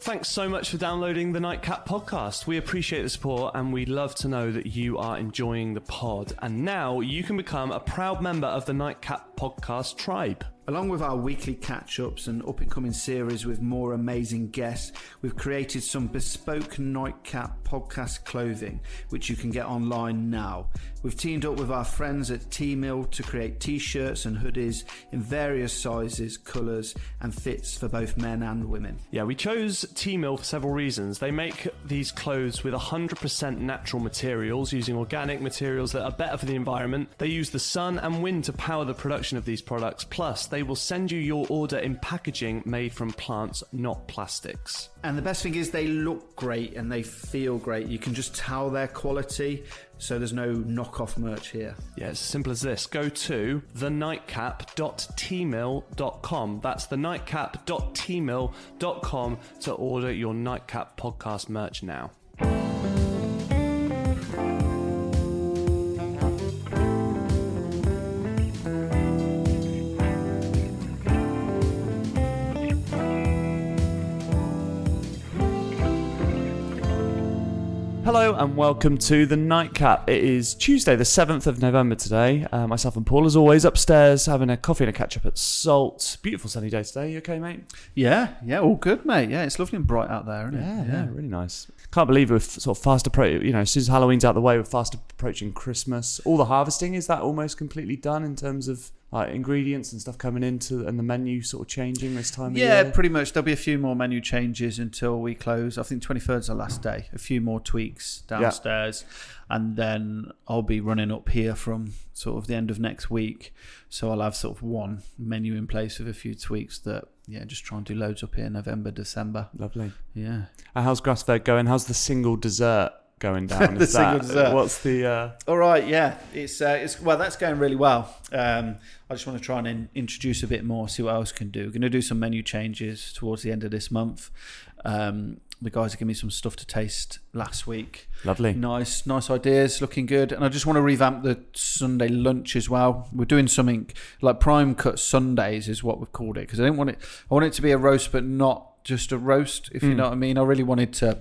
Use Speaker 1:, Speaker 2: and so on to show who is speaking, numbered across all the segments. Speaker 1: Thanks so much for downloading the Nightcap podcast. We appreciate the support and we'd love to know that you are enjoying the pod. And now you can become a proud member of the Nightcap podcast tribe.
Speaker 2: Along with our weekly catch ups and up and coming series with more amazing guests, we've created some bespoke nightcap podcast clothing, which you can get online now. We've teamed up with our friends at T Mill to create t shirts and hoodies in various sizes, colours, and fits for both men and women.
Speaker 1: Yeah, we chose T Mill for several reasons. They make these clothes with 100% natural materials, using organic materials that are better for the environment. They use the sun and wind to power the production of these products, plus, they they will send you your order in packaging made from plants, not plastics.
Speaker 2: And the best thing is, they look great and they feel great. You can just tell their quality, so there's no knockoff merch here.
Speaker 1: Yeah, it's as simple as this. Go to thenightcap.tmill.com. That's thenightcap.tmill.com to order your Nightcap podcast merch now. Hello and welcome to the Nightcap. It is Tuesday, the 7th of November today. Uh, myself and Paul, as always, upstairs having a coffee and a catch up at Salt. Beautiful sunny day today. You okay, mate?
Speaker 2: Yeah, yeah, all good, mate. Yeah, it's lovely and bright out there, isn't
Speaker 1: Yeah,
Speaker 2: it?
Speaker 1: yeah, really nice. Can't believe we're f- sort of fast approach. You know, as soon as Halloween's out the way, we're fast approaching Christmas. All the harvesting is that almost completely done in terms of like ingredients and stuff coming into and the menu sort of changing this time of
Speaker 2: Yeah,
Speaker 1: year.
Speaker 2: pretty much. There'll be a few more menu changes until we close. I think 23rd is the last day. A few more tweaks downstairs. And then I'll be running up here from sort of the end of next week. So I'll have sort of one menu in place with a few tweaks that, yeah, just try and do loads up here November, December.
Speaker 1: Lovely.
Speaker 2: Yeah.
Speaker 1: Uh, how's Grassfed going? How's the single dessert going down?
Speaker 2: The
Speaker 1: Is that-
Speaker 2: single dessert.
Speaker 1: What's the? Uh,
Speaker 2: All right, yeah, it's uh, it's well, that's going really well. Um, I just want to try and in, introduce a bit more, see what else can do. We're going to do some menu changes towards the end of this month. Um, the guys are giving me some stuff to taste last week.
Speaker 1: Lovely.
Speaker 2: Nice, nice ideas, looking good. And I just want to revamp the Sunday lunch as well. We're doing something like prime cut Sundays is what we've called it because I didn't want it. I want it to be a roast, but not just a roast. If you know what I mean, I really wanted to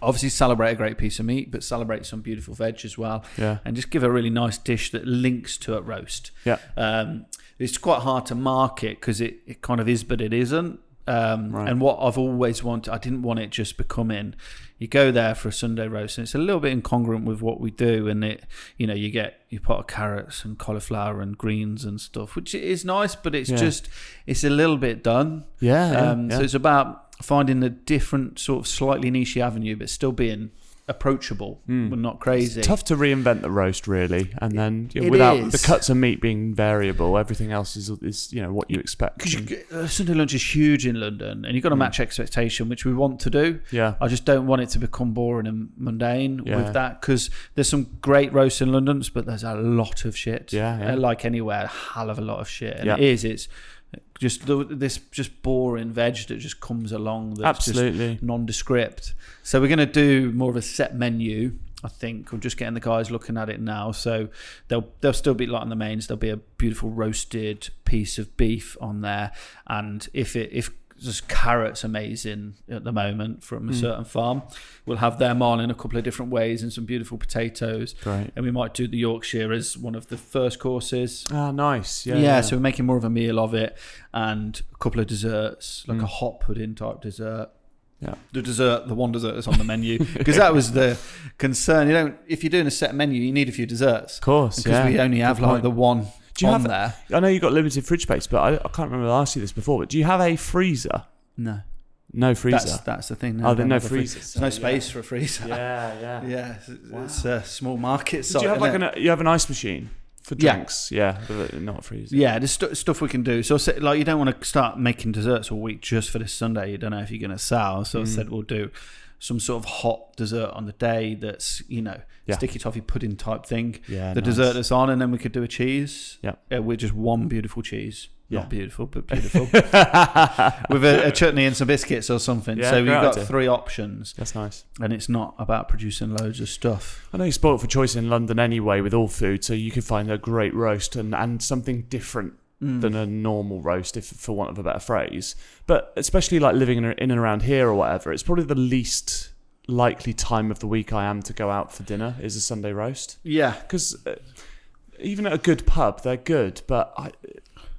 Speaker 2: obviously celebrate a great piece of meat, but celebrate some beautiful veg as well.
Speaker 1: Yeah.
Speaker 2: And just give a really nice dish that links to a roast.
Speaker 1: Yeah.
Speaker 2: Um, it's quite hard to market because it, it kind of is, but it isn't. Um,
Speaker 1: Right.
Speaker 2: And what I've always wanted, I didn't want it just becoming, you go there for a Sunday roast, and it's a little bit incongruent with what we do. And it, you know, you get your pot of carrots and cauliflower and greens and stuff, which is nice, but it's
Speaker 1: Yeah.
Speaker 2: just, it's a little bit done.
Speaker 1: Yeah. yeah,
Speaker 2: Um,
Speaker 1: yeah.
Speaker 2: So it's about finding a different sort of slightly niche avenue, but still being approachable, but not crazy.
Speaker 1: Hmm. Tough to reinvent the roast, really, and then you know,
Speaker 2: It
Speaker 1: without
Speaker 2: is.
Speaker 1: the cuts of meat being variable, everything else is is you know what you expect.
Speaker 2: because you, get- uh, Sunday lunch is huge in London, and you've
Speaker 1: Hmm.
Speaker 2: got to match expectation, which we want to do.
Speaker 1: yeah,
Speaker 2: I just don't want it to become boring and mundane
Speaker 1: Yeah.
Speaker 2: with that because there's some great roasts in London, but there's a lot of shit.
Speaker 1: Yeah, yeah.
Speaker 2: Uh, like anywhere, a hell of a lot of shit. And
Speaker 1: Yeah.
Speaker 2: it is. It's uh, just the, this just boring veg that just comes along. That's just
Speaker 1: absolutely.
Speaker 2: nondescript. So we're going to do more of a set menu. I think we're just getting the guys looking at it now, so they'll they'll still be like on the mains. There'll be a beautiful roasted piece of beef on there, and if it if just carrots amazing at the moment from a certain farm, we'll have them on in a couple of different ways and some beautiful potatoes,
Speaker 1: Great.
Speaker 2: and we might do the Yorkshire as one of the first courses.
Speaker 1: Ah, nice. Yeah.
Speaker 2: Yeah, so we're making more of a meal of it and a couple of desserts, like a hot pudding type dessert.
Speaker 1: Mm. Yeah.
Speaker 2: The dessert, the one dessert that's on the menu, because that was the concern. You don't, if you're doing a set menu, you need a few desserts.
Speaker 1: of course.
Speaker 2: Because
Speaker 1: yeah.
Speaker 2: we only have
Speaker 1: Good
Speaker 2: like
Speaker 1: point.
Speaker 2: the one
Speaker 1: Do you
Speaker 2: on
Speaker 1: have-
Speaker 2: there.
Speaker 1: I know you got limited fridge space, but I, I can't remember asking you this before. But do you have a freezer?
Speaker 2: No,
Speaker 1: No freezer.
Speaker 2: that's that's the thing.
Speaker 1: oh, there's
Speaker 2: don't
Speaker 1: no
Speaker 2: have a fri-
Speaker 1: freezers.
Speaker 2: There's no space for a freezer.
Speaker 1: Yeah, yeah.
Speaker 2: Yeah, it's, it's a small market.
Speaker 1: Do
Speaker 2: Site,
Speaker 1: you have
Speaker 2: innit?
Speaker 1: like
Speaker 3: uh,
Speaker 1: an you have an ice machine for
Speaker 2: Yeah.
Speaker 1: drinks? Yeah, but not a freezer.
Speaker 2: Yeah, there's stu stuff we can do. So, I said, like, you don't want to start making desserts all week just for this Sunday. You don't know if you're going to sell. So I
Speaker 1: Mm.
Speaker 2: said we'll do some sort of hot dessert on the day that's you know
Speaker 1: Yeah.
Speaker 2: sticky toffee pudding type thing.
Speaker 1: Yeah,
Speaker 2: the
Speaker 1: nice.
Speaker 2: dessert that's on, and then we could do a cheese.
Speaker 1: Yeah.
Speaker 2: uh, with just one beautiful cheese.
Speaker 1: Yeah.
Speaker 2: Not beautiful, but beautiful. with a, a chutney and some biscuits or something.
Speaker 1: Yeah,
Speaker 2: so you've
Speaker 1: great
Speaker 2: got
Speaker 1: idea.
Speaker 2: three options,
Speaker 1: That's nice.
Speaker 2: and it's not about producing loads of stuff.
Speaker 1: I know you're spoiled for choice in London anyway with all food, so you can find a great roast and, and something different
Speaker 2: Mm.
Speaker 3: than a normal roast, if for want of a better phrase. But especially like living in, in and around here or whatever, it's probably the least likely time of the week I am to go out for dinner is a Sunday roast.
Speaker 2: Yeah,
Speaker 3: Because uh, even at a good pub, they're good, but I,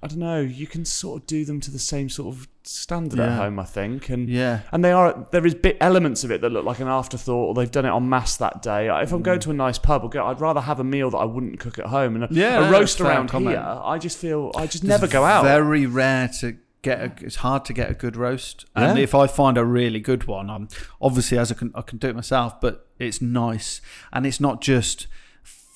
Speaker 3: I don't know. You can sort of do them to the same sort of standard at
Speaker 2: Yeah.
Speaker 3: home, I think, and.
Speaker 2: yeah,
Speaker 3: And they are there is bit elements of it that look like an afterthought, or they've done it en masse that day. If I'm
Speaker 2: Mm.
Speaker 3: going to a nice pub, I'll go, I'd rather have a meal that I wouldn't cook at home and a,
Speaker 2: Yeah,
Speaker 3: a
Speaker 2: no,
Speaker 3: roast
Speaker 2: fair
Speaker 3: around
Speaker 2: comment.
Speaker 3: here. I just feel I just never go out.
Speaker 2: Very rare to get. A, it's hard to get a good roast, and
Speaker 3: Yeah.
Speaker 2: if I find a really good one, I'm obviously as I can I can do it myself, but it's nice, and it's not just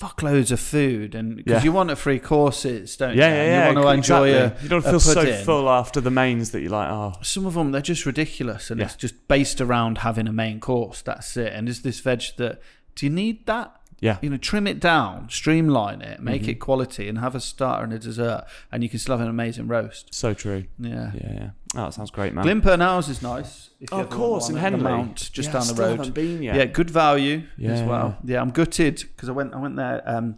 Speaker 2: fuckloads of food, and because
Speaker 3: Yeah.
Speaker 2: you want a free courses, don't
Speaker 3: yeah,
Speaker 2: you?
Speaker 3: yeah,
Speaker 2: And
Speaker 3: yeah.
Speaker 2: You want to enjoy
Speaker 3: exactly.
Speaker 2: a,
Speaker 3: You don't
Speaker 2: a
Speaker 3: feel so
Speaker 2: pudding.
Speaker 3: full after the mains that you're like, oh,
Speaker 2: some of them they're just ridiculous and
Speaker 3: Yeah.
Speaker 2: it's just based around having a main course that's it and is this veg that do you need that
Speaker 3: Yeah.
Speaker 2: you know trim it down streamline it make
Speaker 3: Mm-hmm.
Speaker 2: it quality and have a starter and a dessert and you can still have an amazing roast
Speaker 3: so true.
Speaker 2: yeah,
Speaker 3: Yeah, yeah. Oh, that sounds great, man.
Speaker 2: Glympern House is nice. if you
Speaker 3: oh, of
Speaker 2: ever
Speaker 3: course, in
Speaker 2: want one, at
Speaker 3: Henley,
Speaker 2: the Mount, just
Speaker 3: yeah, I
Speaker 2: down the
Speaker 3: still
Speaker 2: road.
Speaker 3: Haven't been
Speaker 2: Yeah.
Speaker 3: yet.
Speaker 2: good value as
Speaker 3: Yeah,
Speaker 2: well. Yeah, I'm gutted because I went I went there. Um,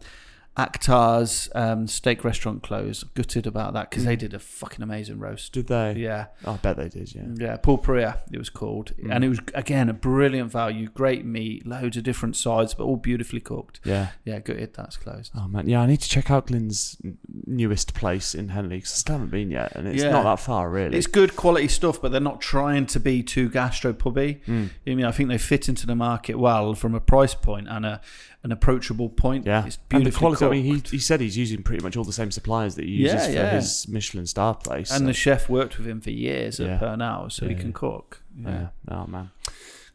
Speaker 2: Actar's um, steak restaurant closed. Gutted about that because they did a fucking amazing roast.
Speaker 3: Did they?
Speaker 2: Yeah, Mm.
Speaker 3: Oh, I bet they did. Yeah.
Speaker 2: yeah, Paul Perea, it was called. And it was, again, a brilliant value. Great meat, loads of different sides, but all beautifully cooked.
Speaker 3: Yeah.
Speaker 2: Yeah, good hit, that's closed.
Speaker 3: Oh man, yeah, I need to check out Glyn's n- newest place in Henley 'cause I still haven't been yet, and it's
Speaker 2: Yeah.
Speaker 3: not that far really.
Speaker 2: It's good quality stuff, but they're not trying to be too gastro pubby.
Speaker 3: Mm.
Speaker 2: I mean, I think they fit into the market well from a price point and a an approachable point.
Speaker 3: Yeah,
Speaker 2: it's
Speaker 3: and the
Speaker 2: beautifully
Speaker 3: quality.
Speaker 2: cooked.
Speaker 3: I mean, he, he said he's using pretty much all the same suppliers that he
Speaker 2: Yeah,
Speaker 3: uses for
Speaker 2: yeah.
Speaker 3: his Michelin star place.
Speaker 2: and
Speaker 3: so-
Speaker 2: the chef worked with him for years
Speaker 3: Yeah.
Speaker 2: at Pernal, so he
Speaker 3: Yeah.
Speaker 2: can cook.
Speaker 3: yeah. Oh man.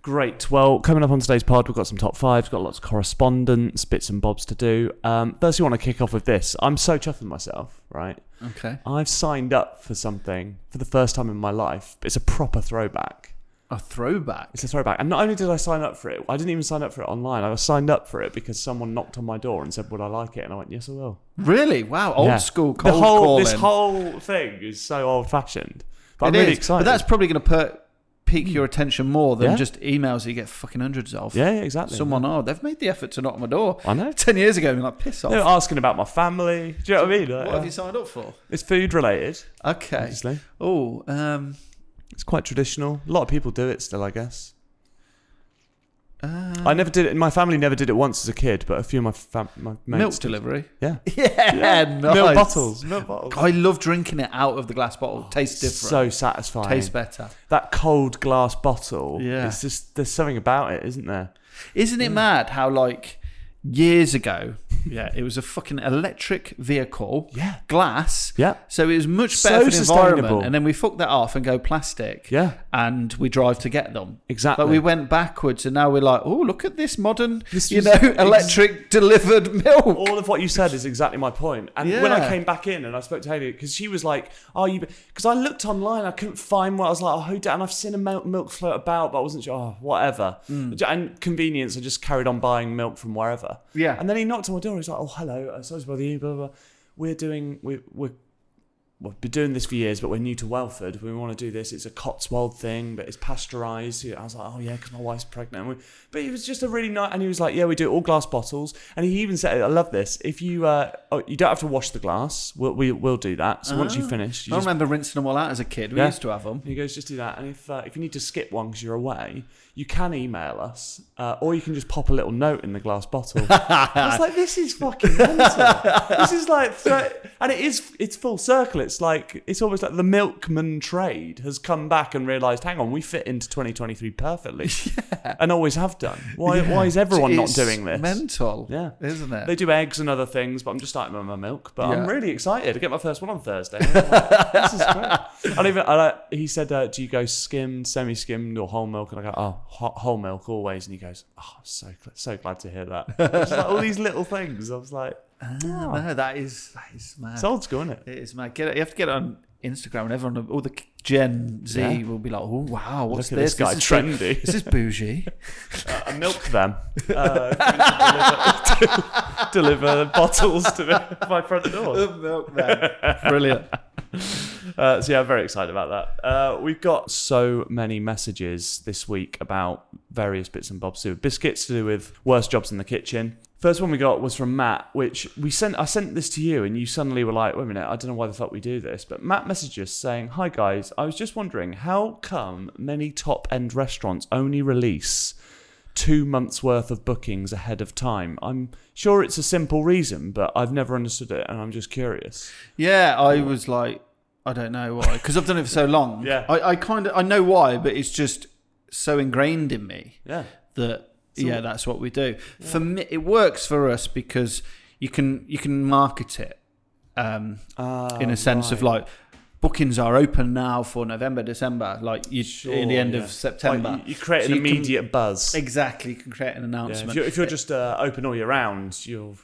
Speaker 3: Great. Well, coming up on today's pod, we've got some top fives, got lots of correspondence, bits and bobs to do. Um, first, we want to kick off with this. I'm so chuffed with myself, right?
Speaker 2: Okay.
Speaker 3: I've signed up for something for the first time in my life. It's a proper throwback.
Speaker 2: A throwback.
Speaker 3: It's a throwback. And not only did I sign up for it, I didn't even sign up for it online. I signed up for it because someone knocked on my door and said, "Would I like it?" And I went, "Yes, I will."
Speaker 2: Really? Wow. Old
Speaker 3: Yeah.
Speaker 2: school
Speaker 3: the
Speaker 2: cold
Speaker 3: whole
Speaker 2: calling.
Speaker 3: this whole thing is so old fashioned. But I'm
Speaker 2: It
Speaker 3: really
Speaker 2: is,
Speaker 3: excited. Hmm.
Speaker 2: But that's probably going to per- pique your attention more than
Speaker 3: Yeah.
Speaker 2: just emails that you get fucking hundreds of.
Speaker 3: yeah, yeah, exactly.
Speaker 2: Someone, oh, they've made the effort to knock on my door.
Speaker 3: I know.
Speaker 2: Ten years ago, you're like, piss off.
Speaker 3: They were asking about my family. Do you know what I mean? Like,
Speaker 2: what
Speaker 3: uh,
Speaker 2: have you signed up for?
Speaker 3: it's food related,
Speaker 2: Okay.
Speaker 3: obviously.
Speaker 2: Oh, um,
Speaker 3: It's quite traditional. A lot of people do it still, I guess.
Speaker 2: uh,
Speaker 3: I never did it. My family never did it once as a kid, but a few of my fam- my mates
Speaker 2: milk
Speaker 3: did.
Speaker 2: delivery.
Speaker 3: Yeah,
Speaker 2: Yeah, nice.
Speaker 3: milk bottles, milk bottles.
Speaker 2: I love drinking it out of the glass bottle. Tastes different.
Speaker 3: So satisfying.
Speaker 2: Tastes better.
Speaker 3: that cold glass bottle.
Speaker 2: Yeah.
Speaker 3: it's just there's something about it, isn't there?
Speaker 2: Isn't it mad how like years ago? Yeah, it was a fucking electric vehicle.
Speaker 3: Yeah.
Speaker 2: Glass.
Speaker 3: Yeah,
Speaker 2: So it was much better
Speaker 3: So
Speaker 2: for the
Speaker 3: sustainable.
Speaker 2: environment, and then we fucked that off and go plastic.
Speaker 3: yeah,
Speaker 2: and we drive to get them.
Speaker 3: exactly.
Speaker 2: But we went backwards, and now we're like, oh, look at this modern,
Speaker 3: This
Speaker 2: you
Speaker 3: was
Speaker 2: know,
Speaker 3: ex-
Speaker 2: electric delivered milk.
Speaker 3: all of what you said is exactly my point. And when I
Speaker 2: Yeah.
Speaker 3: came back in and I spoke to Haley, because she was like, "Are you?" Because I looked online, I couldn't find one. I was like, "Oh, who da-" And I've seen a milk, milk float about, but I wasn't sure. Oh, whatever.
Speaker 2: Mm.
Speaker 3: And convenience, I just carried on buying milk from wherever.
Speaker 2: Yeah.
Speaker 3: And then he knocked on my door. He's like, "Oh, hello. uh, Sorry to bother you. Blah blah. blah. We're doing we we're." We've been doing this for years, but we're new to Welford. We want to do this. It's a Cotswold thing, but it's pasteurised. I was like, oh yeah, because my wife's pregnant. And we, but it was just a really nice. And he was like, yeah, we do all glass bottles. And he even said, I love this. If you uh, oh, you don't have to wash the glass. We'll, we we'll do that. So once you finish, you
Speaker 2: I
Speaker 3: just,
Speaker 2: remember rinsing them all out as a kid. We
Speaker 3: Yeah.
Speaker 2: used to have them.
Speaker 3: he goes just do that. And if uh, if you need to skip one because you're away, you can email us, uh, or you can just pop a little note in the glass bottle. I was like, this is fucking mental. this is like, thre- and it is, it's full circle. It's like, it's almost like the milkman trade has come back and realised, hang on, we fit into 2023 perfectly, and always have done. Why, why is everyone
Speaker 2: It's
Speaker 3: not doing this?
Speaker 2: Mental,
Speaker 3: Yeah.
Speaker 2: isn't it?
Speaker 3: They do eggs and other things, but I'm just starting with my milk. But I'm
Speaker 2: Yeah.
Speaker 3: really excited. I get my first one on Thursday. I'm like, this is great. I don't even. I don't, he said, uh, "Do you go skimmed, semi-skimmed, or whole milk?" And I go, "Oh, ho- whole milk always." And he goes, "Oh, I'm so gl- so glad to hear that." It's like all these little things. I was like,
Speaker 2: Ah, no, that is that is mad.
Speaker 3: "It's old school, isn't it?"
Speaker 2: it is mad. Get it. You have to get it on Instagram, and everyone, all the Gen Z
Speaker 3: Yeah.
Speaker 2: will be like, oh wow, what's
Speaker 3: Look at this, guy,
Speaker 2: is
Speaker 3: trendy.
Speaker 2: This is bougie.
Speaker 3: I milk them. Uh, deliver, deliver bottles to me- my front door.
Speaker 2: Brilliant.
Speaker 3: Uh, so yeah, I'm very excited about that. Uh, we've got so many messages this week about various bits and bobs to do with biscuits, to do with worst jobs in the kitchen. First one we got was from Matt, which we sent. I sent this to you, and you suddenly were like, "Wait a minute! I don't know why the fuck we do this." But Matt messaged us saying, "Hi guys, I was just wondering how come many top end restaurants only release two months worth of bookings ahead of time. I'm sure it's a simple reason, but I've never understood it, and I'm just curious.
Speaker 2: Yeah, I was like, I don't know why, because I've done it for so long.
Speaker 3: Yeah.
Speaker 2: I, I kind of I know why, but it's just so ingrained in me
Speaker 3: Yeah,
Speaker 2: that yeah, that's what we do. For me, it works for us because you can you can market it um,
Speaker 3: uh,
Speaker 2: in a sense of like bookings are open now for November, December, like you in the end of September.
Speaker 3: you, you create
Speaker 2: So
Speaker 3: an
Speaker 2: you can-
Speaker 3: immediate buzz.
Speaker 2: Exactly, you can create an
Speaker 3: Yeah,
Speaker 2: announcement.
Speaker 3: if, you're, if you're just uh, open all year round, you're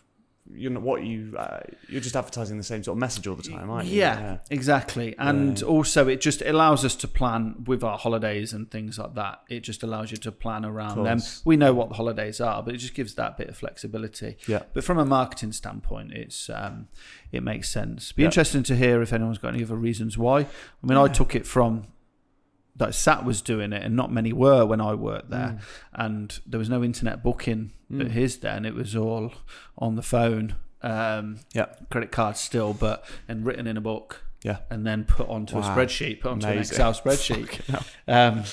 Speaker 3: you're not what you uh, you're just advertising the same sort of message all the time, aren't you?
Speaker 2: yeah, exactly. And also, it just allows us to plan with our holidays and things like that. It just allows you to plan around them.
Speaker 3: Course.
Speaker 2: We know what the holidays are, but it just gives that bit of flexibility.
Speaker 3: Yeah.
Speaker 2: But from a marketing standpoint, it's um, it makes sense. Be
Speaker 3: Yeah.
Speaker 2: interesting to hear if anyone's got any other reasons why. I mean, I took it from that Sat was doing it, and not many were when I worked
Speaker 3: Mm.
Speaker 2: there, and there was no internet booking at his then. It was all on the phone. Um,
Speaker 3: Yeah.
Speaker 2: credit card still, but and written in a book.
Speaker 3: Yeah.
Speaker 2: and then put onto a
Speaker 3: Wow.
Speaker 2: spreadsheet, put onto an
Speaker 3: Amazing.
Speaker 2: Excel spreadsheet. Um, so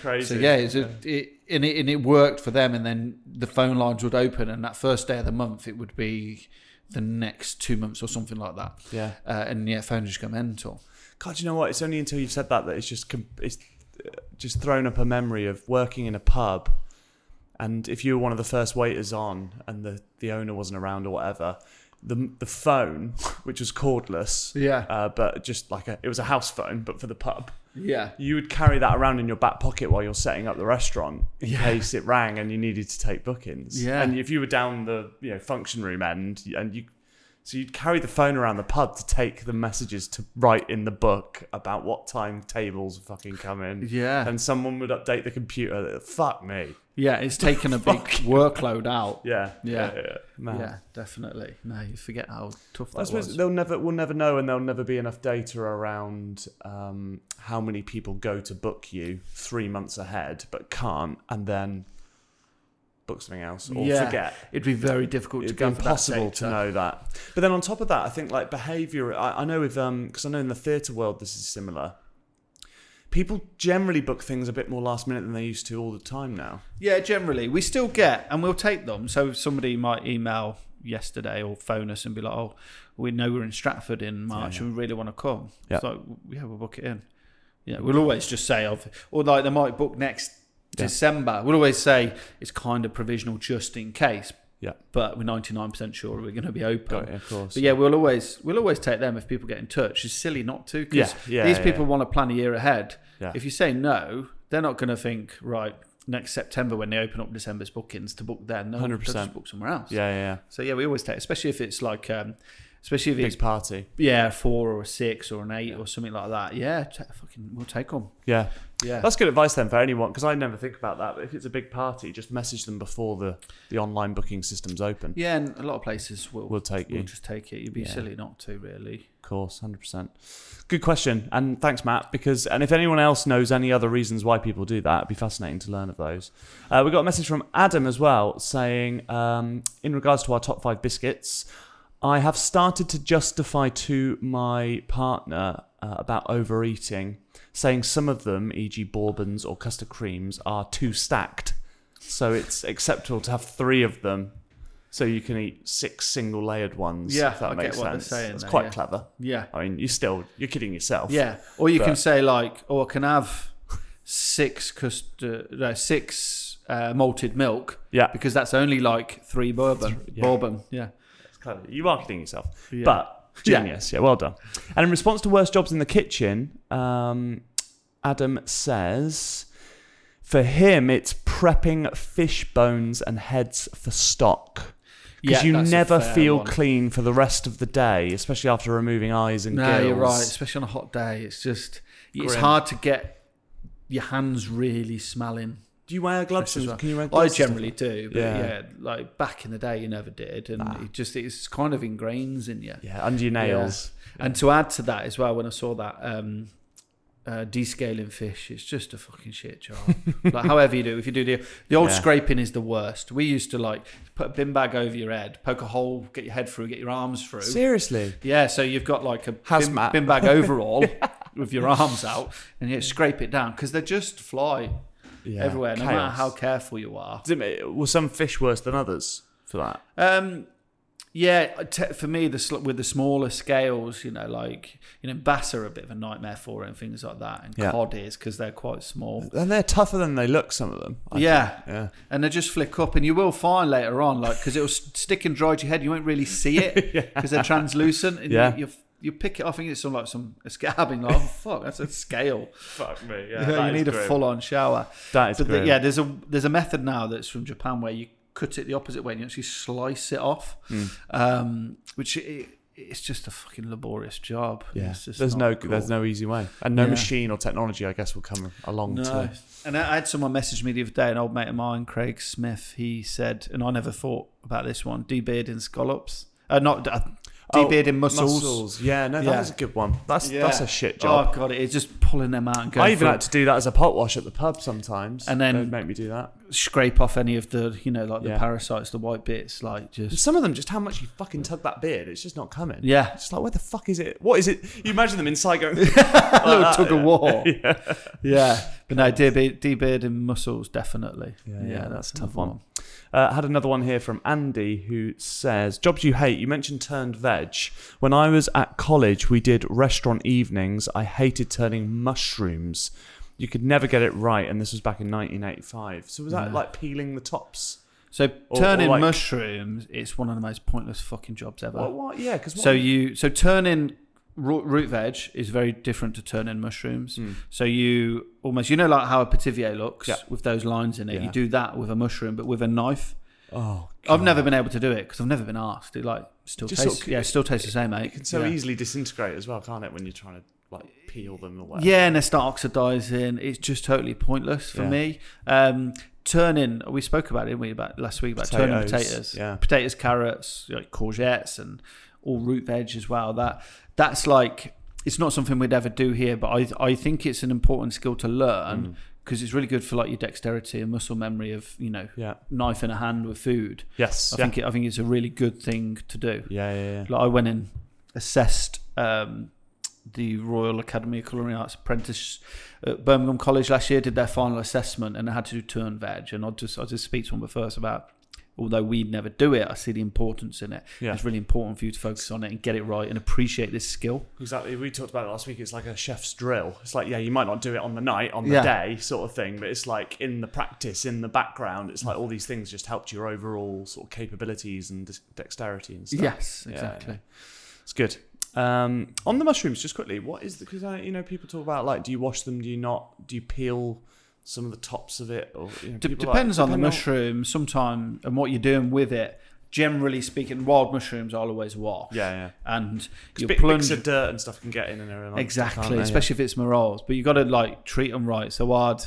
Speaker 3: crazy.
Speaker 2: yeah, it's a, it and it and it worked for them. And then the phone lines would open, and that first day of the month, it would be the next two months or something like that.
Speaker 3: yeah.
Speaker 2: Uh, and yeah, phones just go mental.
Speaker 3: God, you know what? It's only until you've said that that it's just com- it's uh, just thrown up a memory of working in a pub, and if you were one of the first waiters on, and the the owner wasn't around or whatever, the the phone, which was cordless,
Speaker 2: Yeah,
Speaker 3: uh, but just like a, it was a house phone, but for the pub,
Speaker 2: yeah,
Speaker 3: you would carry that around in your back pocket while you're setting up the restaurant in case it rang and you needed to take bookings.
Speaker 2: Yeah.
Speaker 3: And if you were down the you know function room end and you so you'd carry the phone around the pub to take the messages to write in the book about what time tables are fucking coming.
Speaker 2: yeah,
Speaker 3: And someone would update the computer. that- Fuck me.
Speaker 2: yeah. It's taken a big workload out.
Speaker 3: Yeah.
Speaker 2: Yeah.
Speaker 3: Yeah. Man.
Speaker 2: Yeah, definitely. No, you forget how tough that
Speaker 3: I suppose
Speaker 2: was.
Speaker 3: they'll never we'll never know, and there'll never be enough data around um, how many people go to book you three months ahead, but can't, and then book something else or
Speaker 2: Yeah.
Speaker 3: forget.
Speaker 2: It'd be very difficult to
Speaker 3: It'd be
Speaker 2: go for that
Speaker 3: impossible to
Speaker 2: data.
Speaker 3: know that. But then on top of that, I think like behavior. I, I know with um because I know in the theatre world this is similar. People generally book things a bit more last minute than they used to all the time now.
Speaker 2: Yeah, generally we still get and we'll take them. So if somebody might email yesterday or phone us and be like, "Oh, we know we're in Stratford in March and we really want to come."
Speaker 3: Yeah.
Speaker 2: So yeah, we'll book it in. Yeah, we'll always just say of or like they might book next
Speaker 3: Yeah.
Speaker 2: December. We'll always say it's kind of provisional just in case.
Speaker 3: Yeah.
Speaker 2: But we're ninety nine percent sure we're going to be open.
Speaker 3: of course.
Speaker 2: But yeah, we'll always we'll always take them if people get in touch. It's silly not to
Speaker 3: Yeah,
Speaker 2: because
Speaker 3: yeah,
Speaker 2: these
Speaker 3: yeah,
Speaker 2: people want to plan a year ahead.
Speaker 3: Yeah.
Speaker 2: If you say no, they're not going to think right next September when they open up December's bookings to book then. No,
Speaker 3: 100%.
Speaker 2: they'll just book somewhere else.
Speaker 3: yeah, yeah, yeah.
Speaker 2: So yeah, we always take, especially if it's like, um, especially if it's
Speaker 3: Big party.
Speaker 2: yeah a four or a six or an eight or something like that. Yeah, ta fucking we'll take them.
Speaker 3: Yeah.
Speaker 2: Yeah.
Speaker 3: That's good advice then for anyone because I never think about that. But if it's a big party, just message them before the, the online booking system's open.
Speaker 2: yeah, and a lot of places will
Speaker 3: We'll take
Speaker 2: will
Speaker 3: you.
Speaker 2: just take it. You'd be
Speaker 3: Yeah.
Speaker 2: silly not to, really.
Speaker 3: Of course, hundred percent. Good question, and thanks, Matt. Because and if anyone else knows any other reasons why people do that, it'd be fascinating to learn of those. Uh, we got a message from Adam as well saying, um, in regards to our top five biscuits, I have started to justify to my partner uh, about overeating, saying some of them, e.g., bourbons or custard creams, are too stacked, so it's acceptable to have three of them. So you can eat six single layered ones.
Speaker 2: Yeah,
Speaker 3: if that
Speaker 2: I get
Speaker 3: makes
Speaker 2: what they're
Speaker 3: sense.
Speaker 2: saying
Speaker 3: That's
Speaker 2: there,
Speaker 3: quite
Speaker 2: yeah.
Speaker 3: clever.
Speaker 2: Yeah.
Speaker 3: I mean, you still you're kidding yourself.
Speaker 2: Yeah, or you can
Speaker 3: But-
Speaker 2: say like, "Oh, I can have six custard, no, six uh, malted milk
Speaker 3: yeah,
Speaker 2: because that's only like three bourbon,
Speaker 3: yeah.
Speaker 2: bourbon." Yeah,
Speaker 3: it's clever. You are kidding yourself,
Speaker 2: Yeah.
Speaker 3: but
Speaker 2: Yeah.
Speaker 3: genius. Yeah. well done. And in response to worst jobs in the kitchen, um, Adam says, for him, it's prepping fish bones and heads for stock.
Speaker 2: Yeah,
Speaker 3: Because you
Speaker 2: that's a
Speaker 3: never
Speaker 2: fair
Speaker 3: feel
Speaker 2: one.
Speaker 3: clean for the rest of the day, especially after removing eyes and
Speaker 2: No,
Speaker 3: gills.
Speaker 2: you're right. Especially on a hot day, it's just it's
Speaker 3: Grim.
Speaker 2: hard to get your hands really smelling.
Speaker 3: Do you wear gloves?
Speaker 2: Fish as
Speaker 3: and-
Speaker 2: well.
Speaker 3: Can you wear
Speaker 2: I
Speaker 3: gloves?
Speaker 2: generally do, but yeah.
Speaker 3: Yeah.
Speaker 2: like back in the day, you never did, and it just it's kind of ingrains in you.
Speaker 3: Yeah, under your
Speaker 2: Yeah.
Speaker 3: nails.
Speaker 2: And to add to that as well, when I saw that um, uh, descaling fish. It's just a fucking shit job. like however you do, if you do the the old
Speaker 3: Yeah.
Speaker 2: scraping is the worst. We used to like put a bin bag over your head, poke a hole, get your head through, get your arms through.
Speaker 3: Seriously.
Speaker 2: Yeah, so you've got like a bin,
Speaker 3: Hazmat.
Speaker 2: bin bag overall with your arms out, and you scrape it down because they just fly
Speaker 3: Yeah.
Speaker 2: everywhere, no matter
Speaker 3: Chaos.
Speaker 2: how careful you are.
Speaker 3: Does it- Were some fish worse than others for that?
Speaker 2: Um, yeah, t- for me, the sl- with the smaller scales, you know, like you know, bass are a bit of a nightmare for it and things like that, and
Speaker 3: Yeah.
Speaker 2: cod is because they're quite small.
Speaker 3: And they're tougher than they look. Some of them. I
Speaker 2: yeah,
Speaker 3: think. Yeah.
Speaker 2: and they just flick up, and you will find later on, like because it'll s- stick and dry to your head, you won't really see it because they're translucent. And
Speaker 3: Yeah.
Speaker 2: you, you, you pick it off, and it's some like some a scab, and you're like, oh fuck, that's a scale.
Speaker 3: Fuck me.
Speaker 2: you need a full on shower.
Speaker 3: That is
Speaker 2: But the-
Speaker 3: grim.
Speaker 2: yeah, there's a there's a method now that's from Japan where you cut it the opposite way and you actually slice it off,
Speaker 3: Hmm.
Speaker 2: um, which i it's just a fucking laborious job.
Speaker 3: Yeah.
Speaker 2: It's just
Speaker 3: There's
Speaker 2: not
Speaker 3: no
Speaker 2: cool.
Speaker 3: there's no easy way, and no
Speaker 2: Yeah.
Speaker 3: machine or technology, I guess, will come along
Speaker 2: No.
Speaker 3: to.
Speaker 2: And I I had someone message me the other day, an old mate of mine, Craig Smith. He said, and I never thought about this one: de-bearding scallops, uh, not uh,
Speaker 3: Oh,
Speaker 2: de-bearding mussels.
Speaker 3: Yeah, no, that
Speaker 2: Yeah.
Speaker 3: was a good one. That's
Speaker 2: Yeah.
Speaker 3: that's a shit job.
Speaker 2: Oh god, it's just pulling them out and going.
Speaker 3: I even
Speaker 2: for-
Speaker 3: had to do that as a pot wash at the pub sometimes.
Speaker 2: And then-
Speaker 3: they'd make me do that.
Speaker 2: scrape off any of the, you know, like the
Speaker 3: Yeah.
Speaker 2: parasites, the white bits, like just
Speaker 3: And some of them, just how much you fucking tug that beard, it's just not coming.
Speaker 2: yeah,
Speaker 3: It's like, where the fuck is it? What is it? You imagine them inside going,
Speaker 2: a little tug of war. yeah. But no, de-beard, de-bearding mussels, definitely.
Speaker 3: Yeah, yeah, that's a
Speaker 2: another
Speaker 3: tough one. Uh, had another one here from Andy who says, Jobs you hate. You mentioned turned veg. When I was at college, we did restaurant evenings. I hated turning mushrooms. You could never get it right. And this was back in 1985. So was that
Speaker 2: Yeah.
Speaker 3: like peeling the tops?
Speaker 2: So
Speaker 3: or
Speaker 2: turning
Speaker 3: like-
Speaker 2: mushrooms, it's one of the most pointless fucking jobs ever.
Speaker 3: Well, what? Yeah, because
Speaker 2: Uh, So you so turning ro- root veg is very different to turning mushrooms. So you almost you know like how a pativier looks
Speaker 3: Hmm. Yeah.
Speaker 2: with those lines in it. You
Speaker 3: Yeah.
Speaker 2: do that with a mushroom, but with a knife.
Speaker 3: oh,
Speaker 2: I've never been able to do it because I've never been asked. It like still
Speaker 3: Just
Speaker 2: tastes
Speaker 3: sort of-
Speaker 2: yeah, it still tastes the same, mate.
Speaker 3: it can so
Speaker 2: yeah.
Speaker 3: easily disintegrate as well, can't it? When you're trying to like peel them away.
Speaker 2: Yeah, and they start oxidizing. It's just totally pointless for
Speaker 3: Yeah.
Speaker 2: me. Um, turning, we spoke about it, didn't we, about last week about turning
Speaker 3: Potatoes,
Speaker 2: potatoes,
Speaker 3: yeah.
Speaker 2: potatoes, carrots, like courgettes, and all root veg as well. That that's like it's not something we'd ever do here, but I I think it's an important skill to
Speaker 3: Mm.
Speaker 2: learn because it's really good for like your dexterity and muscle memory of you know
Speaker 3: Yeah.
Speaker 2: knife in a hand with food.
Speaker 3: Yes.
Speaker 2: I
Speaker 3: yeah.
Speaker 2: think it, I think it's a really good thing to do.
Speaker 3: yeah. Yeah. Yeah.
Speaker 2: Like I went and assessed um, the Royal Academy of Culinary Arts apprentice at Birmingham College last year. Did their final assessment and I had to do turn veg. And I just I just speak to them first about. Although we'd never do it, I see the importance in it.
Speaker 3: Yeah.
Speaker 2: It's really important for you to focus on it and get it right and appreciate this skill.
Speaker 3: Exactly. We talked about it last week. It's like a chef's drill. It's like, yeah, you might not do it on the night, on the
Speaker 2: Yeah.
Speaker 3: day, sort of thing, but it's like in the practice, in the background, it's like all these things just helped your overall sort of capabilities and dis- dexterity and stuff.
Speaker 2: Yes,
Speaker 3: Yeah,
Speaker 2: exactly.
Speaker 3: It's good. Um, on the mushrooms, just quickly, what is the, because I, you know, people talk about like, do you wash them? Do you not? Do you peel some of the tops of it? Or, you know,
Speaker 2: D-
Speaker 3: people like-
Speaker 2: depends on the
Speaker 3: depend
Speaker 2: mushroom, sometime, and what you're doing with it. Generally speaking, wild mushrooms I'll always wash.
Speaker 3: Yeah, yeah.
Speaker 2: And you
Speaker 3: Because bit,
Speaker 2: plunge
Speaker 3: bits of dirt and stuff can get in and around.
Speaker 2: Exactly, especially if it's morals. But you got to like treat them right. So I'd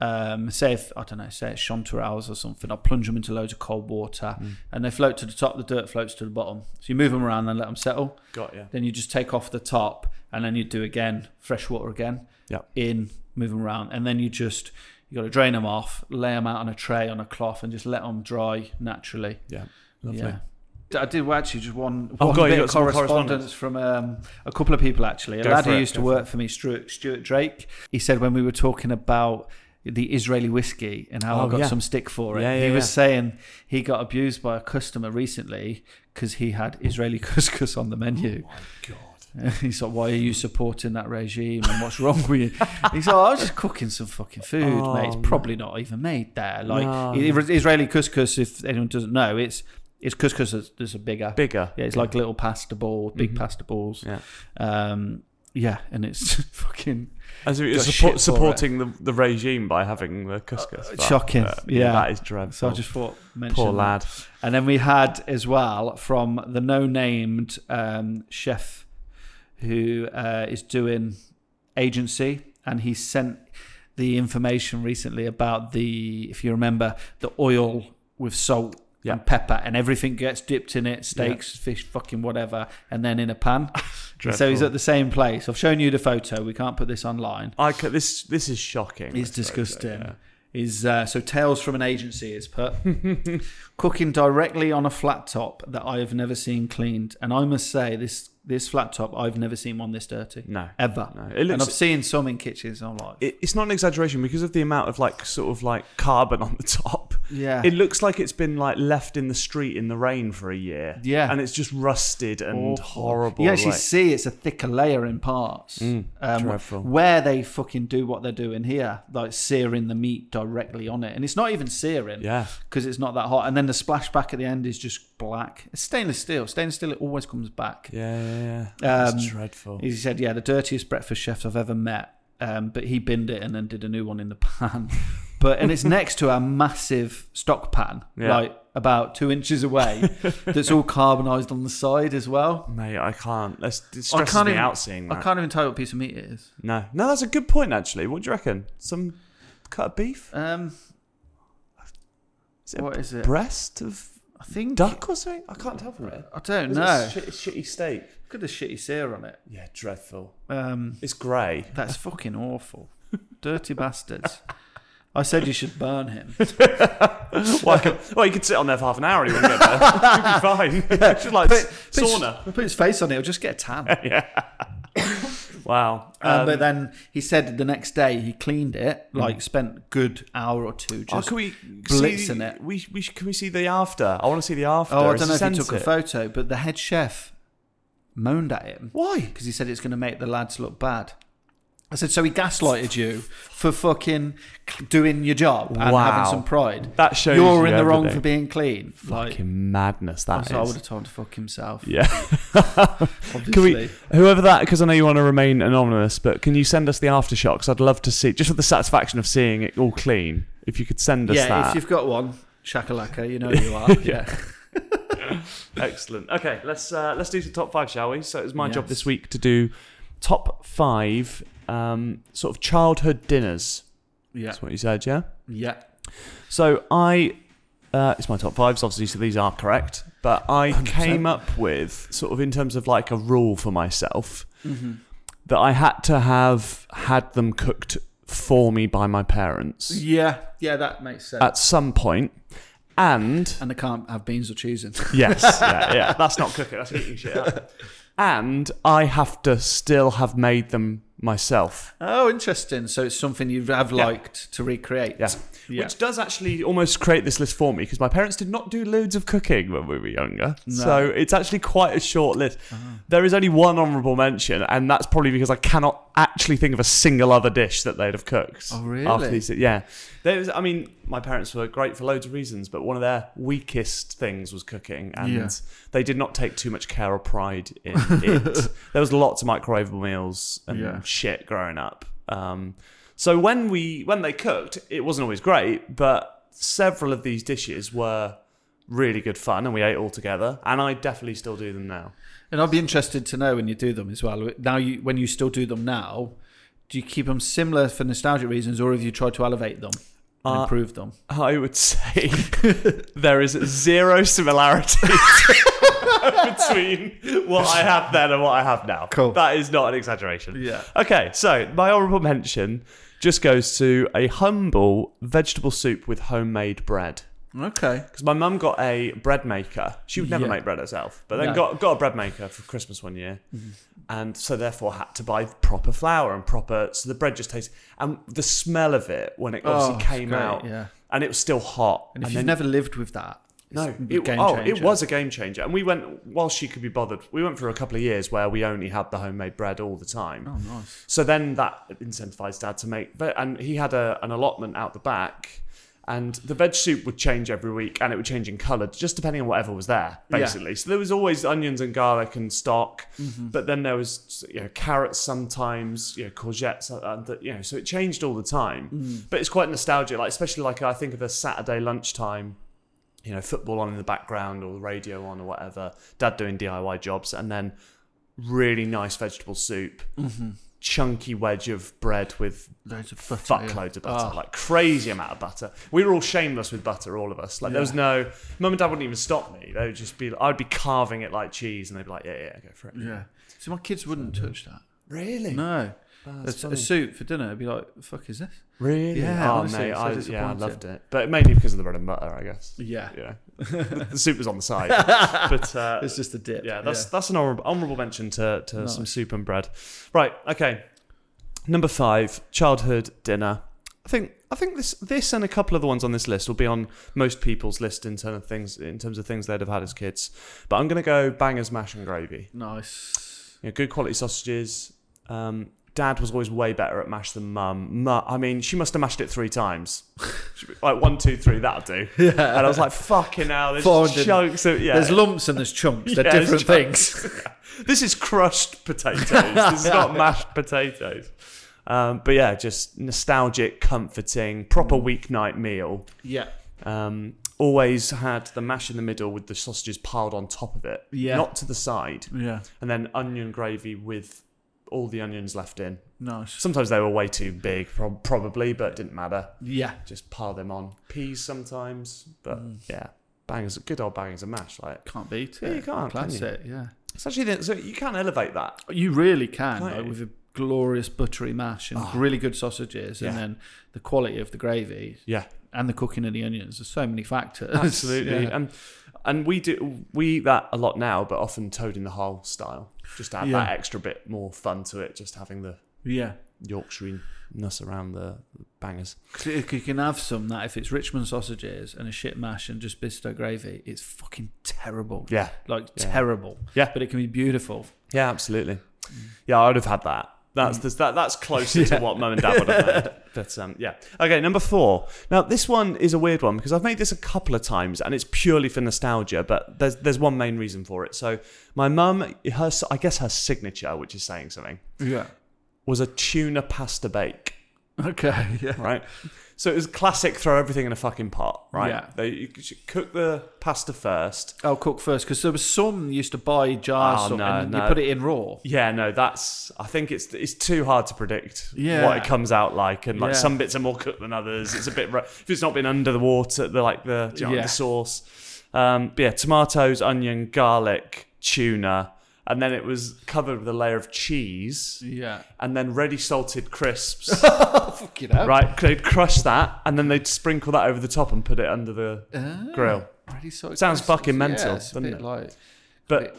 Speaker 2: um, say if I don't know, say it's chanterelles or something. I'll plunge them into loads of cold water, and they float to the top. The dirt floats to the bottom. So you move them around and let them settle.
Speaker 3: Got you.
Speaker 2: Then you just take off the top, and then you do again, fresh water again.
Speaker 3: Yep.
Speaker 2: In, move them around, and then you just you got to drain them off, lay them out on a tray on a cloth, and just let them dry naturally.
Speaker 3: Yeah. Lovely.
Speaker 2: Yeah. D- I did actually just one
Speaker 3: Oh,
Speaker 2: one
Speaker 3: God, you
Speaker 2: bit
Speaker 3: got
Speaker 2: of
Speaker 3: some more
Speaker 2: correspondence from um, a couple of people actually. A
Speaker 3: Go
Speaker 2: lad
Speaker 3: for
Speaker 2: who
Speaker 3: it,
Speaker 2: used to
Speaker 3: go
Speaker 2: work for me, Stuart, Stuart Drake, he said when we were talking about the Israeli whiskey and how
Speaker 3: Oh,
Speaker 2: I got
Speaker 3: yeah.
Speaker 2: some stick for it,
Speaker 3: Yeah,
Speaker 2: he
Speaker 3: yeah,
Speaker 2: was
Speaker 3: yeah.
Speaker 2: saying he got abused by a customer recently because he had Israeli couscous on the menu.
Speaker 3: Oh, My God.
Speaker 2: He's like, "Why are you supporting that regime? And what's wrong with you?" He's like, "I was just cooking some fucking food,
Speaker 3: Oh,
Speaker 2: mate. It's
Speaker 3: no.
Speaker 2: probably not even made there. Like
Speaker 3: No.
Speaker 2: I- Israeli couscous. If anyone doesn't know, it's it's couscous that's, that's a bigger,
Speaker 3: Bigger.
Speaker 2: yeah, it's like little pasta balls, big pasta balls.
Speaker 3: Mm-hmm. Yeah.
Speaker 2: Um, yeah, and it's fucking
Speaker 3: As if it was
Speaker 2: got
Speaker 3: support,
Speaker 2: shit for Uh,
Speaker 3: supporting the, the regime by having the couscous. That-
Speaker 2: shocking.
Speaker 3: that-
Speaker 2: Yeah.
Speaker 3: that is
Speaker 2: So
Speaker 3: dreadful.
Speaker 2: I just thought, mention
Speaker 3: Poor
Speaker 2: that.
Speaker 3: lad.
Speaker 2: And then we had as well from the no-named um, chef who uh, is doing agency, and he sent the information recently about the, if you remember, the oil with salt
Speaker 3: Yeah.
Speaker 2: and pepper, and everything gets dipped in it steaks, fish, fucking whatever, and then in a pan. And so he's
Speaker 3: Dreadful.
Speaker 2: at the same place. I've shown you the photo. We can't put this online.
Speaker 3: I ca- this this is shocking.
Speaker 2: It's
Speaker 3: this photo,
Speaker 2: disgusting.
Speaker 3: yeah.
Speaker 2: Is uh, so tales from an agency is put cooking directly on a flat top that I have never seen cleaned, and I must say this this flat top I've never seen one this dirty
Speaker 3: No.
Speaker 2: ever.
Speaker 3: Mm. No. It
Speaker 2: and
Speaker 3: looks-
Speaker 2: I've seen some in kitchens. and I'm like,
Speaker 3: It, it's not an exaggeration because of the amount of like sort of like carbon on the top.
Speaker 2: yeah,
Speaker 3: It looks like it's been like left in the street in the rain for a year.
Speaker 2: Yeah.
Speaker 3: and it's just rusted and
Speaker 2: Awful.
Speaker 3: horrible.
Speaker 2: You actually
Speaker 3: like- Mm,
Speaker 2: see it's a thicker layer in parts. um,
Speaker 3: dreadful.
Speaker 2: Where they fucking do what they're doing here, like searing the meat directly on it, and it's not even searing.
Speaker 3: yeah,
Speaker 2: Because it's not that hot, and then the splashback at the end is just black. It's stainless steel. Stainless steel, it always comes back.
Speaker 3: yeah, yeah. yeah.
Speaker 2: Um,
Speaker 3: it's dreadful.
Speaker 2: He said, "Yeah, the dirtiest breakfast chef I've ever met." Um, but he binned it and then did a new one in the pan. But and it's next to a massive stock pan,
Speaker 3: Yeah.
Speaker 2: like about two inches away, that's all carbonised on the side as well.
Speaker 3: Mate, I can't. That's, it
Speaker 2: I
Speaker 3: stresses
Speaker 2: can't
Speaker 3: me
Speaker 2: even-
Speaker 3: out seeing
Speaker 2: I
Speaker 3: that.
Speaker 2: can't even tell you what piece of meat it is.
Speaker 3: No, no, that's a good point actually. What do you reckon? Some cut of beef?
Speaker 2: Um,
Speaker 3: Is it
Speaker 2: what
Speaker 3: a
Speaker 2: is it?
Speaker 3: breast of
Speaker 2: I think
Speaker 3: duck or something? I can't tell from it.
Speaker 2: I don't
Speaker 3: Is it
Speaker 2: know.
Speaker 3: shit- shitty steak.
Speaker 2: Got a shitty sear on it.
Speaker 3: Yeah, dreadful.
Speaker 2: Um,
Speaker 3: It's grey.
Speaker 2: that's fucking awful. Dirty bastards. I said you should burn him.
Speaker 3: well, I could, well, you could sit on there for half an hour and you wouldn't get there. You'd be fine. It's just like
Speaker 2: Put- put his-
Speaker 3: sauna.
Speaker 2: Put his face on it. He'll just get a tan.
Speaker 3: Wow.
Speaker 2: Um,
Speaker 3: Um, Mm.
Speaker 2: but then he said the next day he cleaned it, like spent a good hour or two
Speaker 3: oh,
Speaker 2: just.
Speaker 3: can we
Speaker 2: blitz
Speaker 3: see,
Speaker 2: in it.
Speaker 3: We, we should- can we see the after? I want to see the after.
Speaker 2: oh, I
Speaker 3: Has
Speaker 2: don't know if he
Speaker 3: sent
Speaker 2: took a
Speaker 3: it?
Speaker 2: photo, but the head chef moaned at him
Speaker 3: Why?
Speaker 2: because he said it's going to make the lads look bad. I said, so he gaslighted you for fucking doing your job and
Speaker 3: Wow.
Speaker 2: having some pride.
Speaker 3: That shows
Speaker 2: you're
Speaker 3: you
Speaker 2: in the wrong
Speaker 3: everything.
Speaker 2: for being clean. Like,
Speaker 3: Fucking madness that is.
Speaker 2: so I would have told him to fuck himself.
Speaker 3: Yeah. can we,
Speaker 2: obviously.
Speaker 3: whoever that, because I know you want to remain anonymous, but can you send us the aftershocks? I'd love to see, just for the satisfaction of seeing it all clean. If you could send us
Speaker 2: yeah, if
Speaker 3: that,
Speaker 2: you've got one, shakalaka, you know who you are. yeah.
Speaker 3: excellent. Okay, let's uh, let's do some top five, shall we? So it was my job
Speaker 2: Yes.
Speaker 3: this week to do top five um, sort of childhood dinners.
Speaker 2: Yeah.
Speaker 3: That's what you said, yeah.
Speaker 2: Yeah.
Speaker 3: So I, uh, it's my top fives, obviously, so these are correct. But I came up with sort of in terms of like a rule for myself
Speaker 2: Mm-hmm.
Speaker 3: that I had to have had them cooked for me by my parents
Speaker 2: Yeah. Yeah, that makes sense.
Speaker 3: at some point, and
Speaker 2: and they can't have beans or cheese in.
Speaker 3: yes, yeah, yeah, that's not cooking, that's eating shit up. And I have to still have made them myself.
Speaker 2: Oh, interesting. So it's something you have liked to recreate.
Speaker 3: Yeah.
Speaker 2: Yeah.
Speaker 3: Which does actually almost create this list for me because my parents did not do loads of cooking when we were younger. So it's actually quite a short list.
Speaker 2: Uh-huh.
Speaker 3: There is only one honourable mention, and that's probably because I cannot actually think of a single other dish that they'd have cooked.
Speaker 2: Oh, really?
Speaker 3: After these, yeah. There was, I mean, my parents were great for loads of reasons, but one of their weakest things was cooking, and
Speaker 2: Yeah.
Speaker 3: they did not take too much care or pride in it. there was lots of microwavable meals and
Speaker 2: Yeah.
Speaker 3: shit growing up. Um, so when we when they cooked, it wasn't always great, but several of these dishes were really good fun, and we ate all together. And I definitely still do them now.
Speaker 2: And I'd be interested to know when you do them as well. Now, you when you still do them now, do you keep them similar for nostalgic reasons, or have you tried to elevate them and
Speaker 3: Uh,
Speaker 2: improve them?
Speaker 3: I would say there is zero similarity between what I have then and what I have now.
Speaker 2: Cool.
Speaker 3: That is not an exaggeration.
Speaker 2: Yeah.
Speaker 3: Okay, so my honourable mention just goes to a humble vegetable soup with homemade bread.
Speaker 2: Okay.
Speaker 3: Because my mum got a bread maker. She would never
Speaker 2: Yeah.
Speaker 3: make bread herself, but then
Speaker 2: No. Mm-hmm.
Speaker 3: got, got a bread maker for Christmas one year. And so therefore had to buy proper flour and proper. So the bread just tastes. And the smell of it when it
Speaker 2: Oh,
Speaker 3: obviously
Speaker 2: it's
Speaker 3: came
Speaker 2: great,
Speaker 3: out.
Speaker 2: yeah.
Speaker 3: And it was still hot.
Speaker 2: And if
Speaker 3: and
Speaker 2: you've
Speaker 3: then-
Speaker 2: never lived with that, it's
Speaker 3: no,
Speaker 2: a
Speaker 3: it,
Speaker 2: game
Speaker 3: oh, it
Speaker 2: changer.
Speaker 3: was a game changer. And we went, while she could be bothered, we went for a couple of years where we only had the homemade bread all the time.
Speaker 2: Oh, nice.
Speaker 3: So then that incentivized dad to make, but and he had a, an allotment out the back, and the veg soup would change every week, and it would change in color just depending on whatever was there,
Speaker 2: Yeah.
Speaker 3: basically. So there was always onions and garlic and stock, but then there was you know carrots sometimes, you know courgettes, uh, uh, that- you know. So it changed all the time, but it's quite nostalgic, like especially like I think of a Saturday lunchtime you know, football on in the background or the radio on or whatever, dad doing DIY jobs, and then really nice vegetable soup. chunky wedge of bread with
Speaker 2: Loads of Mm-hmm. butter,
Speaker 3: fuck
Speaker 2: yeah. Ah.
Speaker 3: loads of butter, like crazy amount of butter. We were all shameless with butter, all of us. Like there was no mum and dad wouldn't even stop me. They would just be, I'd be carving it like cheese, and they'd be like, yeah, yeah, go for it.
Speaker 2: Yeah. So my kids wouldn't touch that.
Speaker 3: Really?
Speaker 2: No.
Speaker 3: that's
Speaker 2: a, a
Speaker 3: funny.
Speaker 2: soup for dinner. I'd be like, the fuck is this?
Speaker 3: Really?
Speaker 2: Yeah,
Speaker 3: oh,
Speaker 2: honestly,
Speaker 3: mate,
Speaker 2: it's so
Speaker 3: I, yeah, I
Speaker 2: disappointing.
Speaker 3: loved it, but mainly because of the bread and butter, I guess.
Speaker 2: Yeah.
Speaker 3: Yeah, the, the soup was on the side, but uh,
Speaker 2: It's just a dip.
Speaker 3: yeah, that's that's an honorable, honorable mention to, to some
Speaker 2: Nice.
Speaker 3: soup and bread. Right, okay. Number five, childhood dinner. I think I think this this and a couple of the ones on this list will be on most people's list in terms of things in terms of things they'd have had as kids. But I'm gonna go bangers, mash and gravy.
Speaker 2: nice.
Speaker 3: You know, good quality sausages. Um, Dad was always way better at mash than mum. Mu- I mean, she must have mashed it three times. She'd be like one, two, three, that'll do. Yeah. And I was like, fucking hell,
Speaker 2: Fondant.
Speaker 3: there's chunks of yeah.
Speaker 2: There's lumps and there's chunks. They're
Speaker 3: Yeah, there's
Speaker 2: different
Speaker 3: chunks.
Speaker 2: things.
Speaker 3: This is crushed potatoes. This is not mashed potatoes. Um, but yeah, just nostalgic, comforting, proper weeknight meal.
Speaker 2: yeah.
Speaker 3: Um, always had the mash in the middle with the sausages piled on top of it,
Speaker 2: Yeah.
Speaker 3: not to the side,
Speaker 2: Yeah.
Speaker 3: and then onion gravy with all the onions left in.
Speaker 2: Nice.
Speaker 3: Sometimes they were way too big, prob- probably, but didn't matter.
Speaker 2: Yeah.
Speaker 3: Just pile them on. Peas sometimes, but yeah, bangers, good old bangers of mash. Like
Speaker 2: Can't beat
Speaker 3: Yeah,
Speaker 2: it.
Speaker 3: you can't, can you?
Speaker 2: Classic. Yeah.
Speaker 3: it's actually the, so you can elevate that.
Speaker 2: You really can
Speaker 3: Can't
Speaker 2: like,
Speaker 3: you? Ah.
Speaker 2: with a glorious buttery mash and really good sausages, and
Speaker 3: Yeah.
Speaker 2: then the quality of the gravy
Speaker 3: Yeah,
Speaker 2: and the cooking of the onions. There's so many factors.
Speaker 3: Absolutely,
Speaker 2: Yeah.
Speaker 3: and and we do we eat that a lot now, but often toad in the hole style, just to add
Speaker 2: Yeah.
Speaker 3: that extra bit more fun to it. Just having the
Speaker 2: yeah.
Speaker 3: Yorkshire ness around the bangers.
Speaker 2: 'Cause You you can have some that if it's Richmond sausages and a shit mash and just Bisto gravy, it's fucking terrible.
Speaker 3: Yeah,
Speaker 2: Like
Speaker 3: Yeah.
Speaker 2: terrible.
Speaker 3: Yeah.
Speaker 2: But it can be beautiful.
Speaker 3: yeah, absolutely. Yeah, I would have had that.
Speaker 2: Mm.
Speaker 3: That's that's- that, that's closer to what mum and dad would have had. But um, yeah, okay. Number four. Now this one is a weird one because I've made this a couple of times, and it's purely for nostalgia. But there's there's one main reason for it. So my mum, her s- I guess her signature, which is saying something,
Speaker 2: Yeah.
Speaker 3: was a tuna pasta bake.
Speaker 2: Okay. Yeah.
Speaker 3: right? So it was classic throw everything in a fucking pot, right?
Speaker 2: Yeah.
Speaker 3: They you should cook the pasta first.
Speaker 2: I'll cook first because there was some you used to buy jars
Speaker 3: Oh,
Speaker 2: of-
Speaker 3: no,
Speaker 2: and
Speaker 3: no.
Speaker 2: you put it in raw.
Speaker 3: Yeah, no, that's I think it's it's too hard to predict
Speaker 2: Yeah.
Speaker 3: what it comes out like and like
Speaker 2: Yeah.
Speaker 3: some bits are more cooked than others. It's a bit ru- if it's not been under the water, the like the do you know, like
Speaker 2: Yeah.
Speaker 3: the sauce. Um but yeah, tomatoes, onion, garlic, tuna, and then it was covered with a layer of cheese.
Speaker 2: Yeah.
Speaker 3: And then ready salted crisps,
Speaker 2: Fuck it up.
Speaker 3: right? They'd crush that, and then they'd sprinkle that over the top and put it under the
Speaker 2: Uh,
Speaker 3: grill.
Speaker 2: Pretty sort
Speaker 3: Sounds fucking mental,
Speaker 2: yeah, it's a
Speaker 3: doesn't
Speaker 2: bit
Speaker 3: it?
Speaker 2: like
Speaker 3: But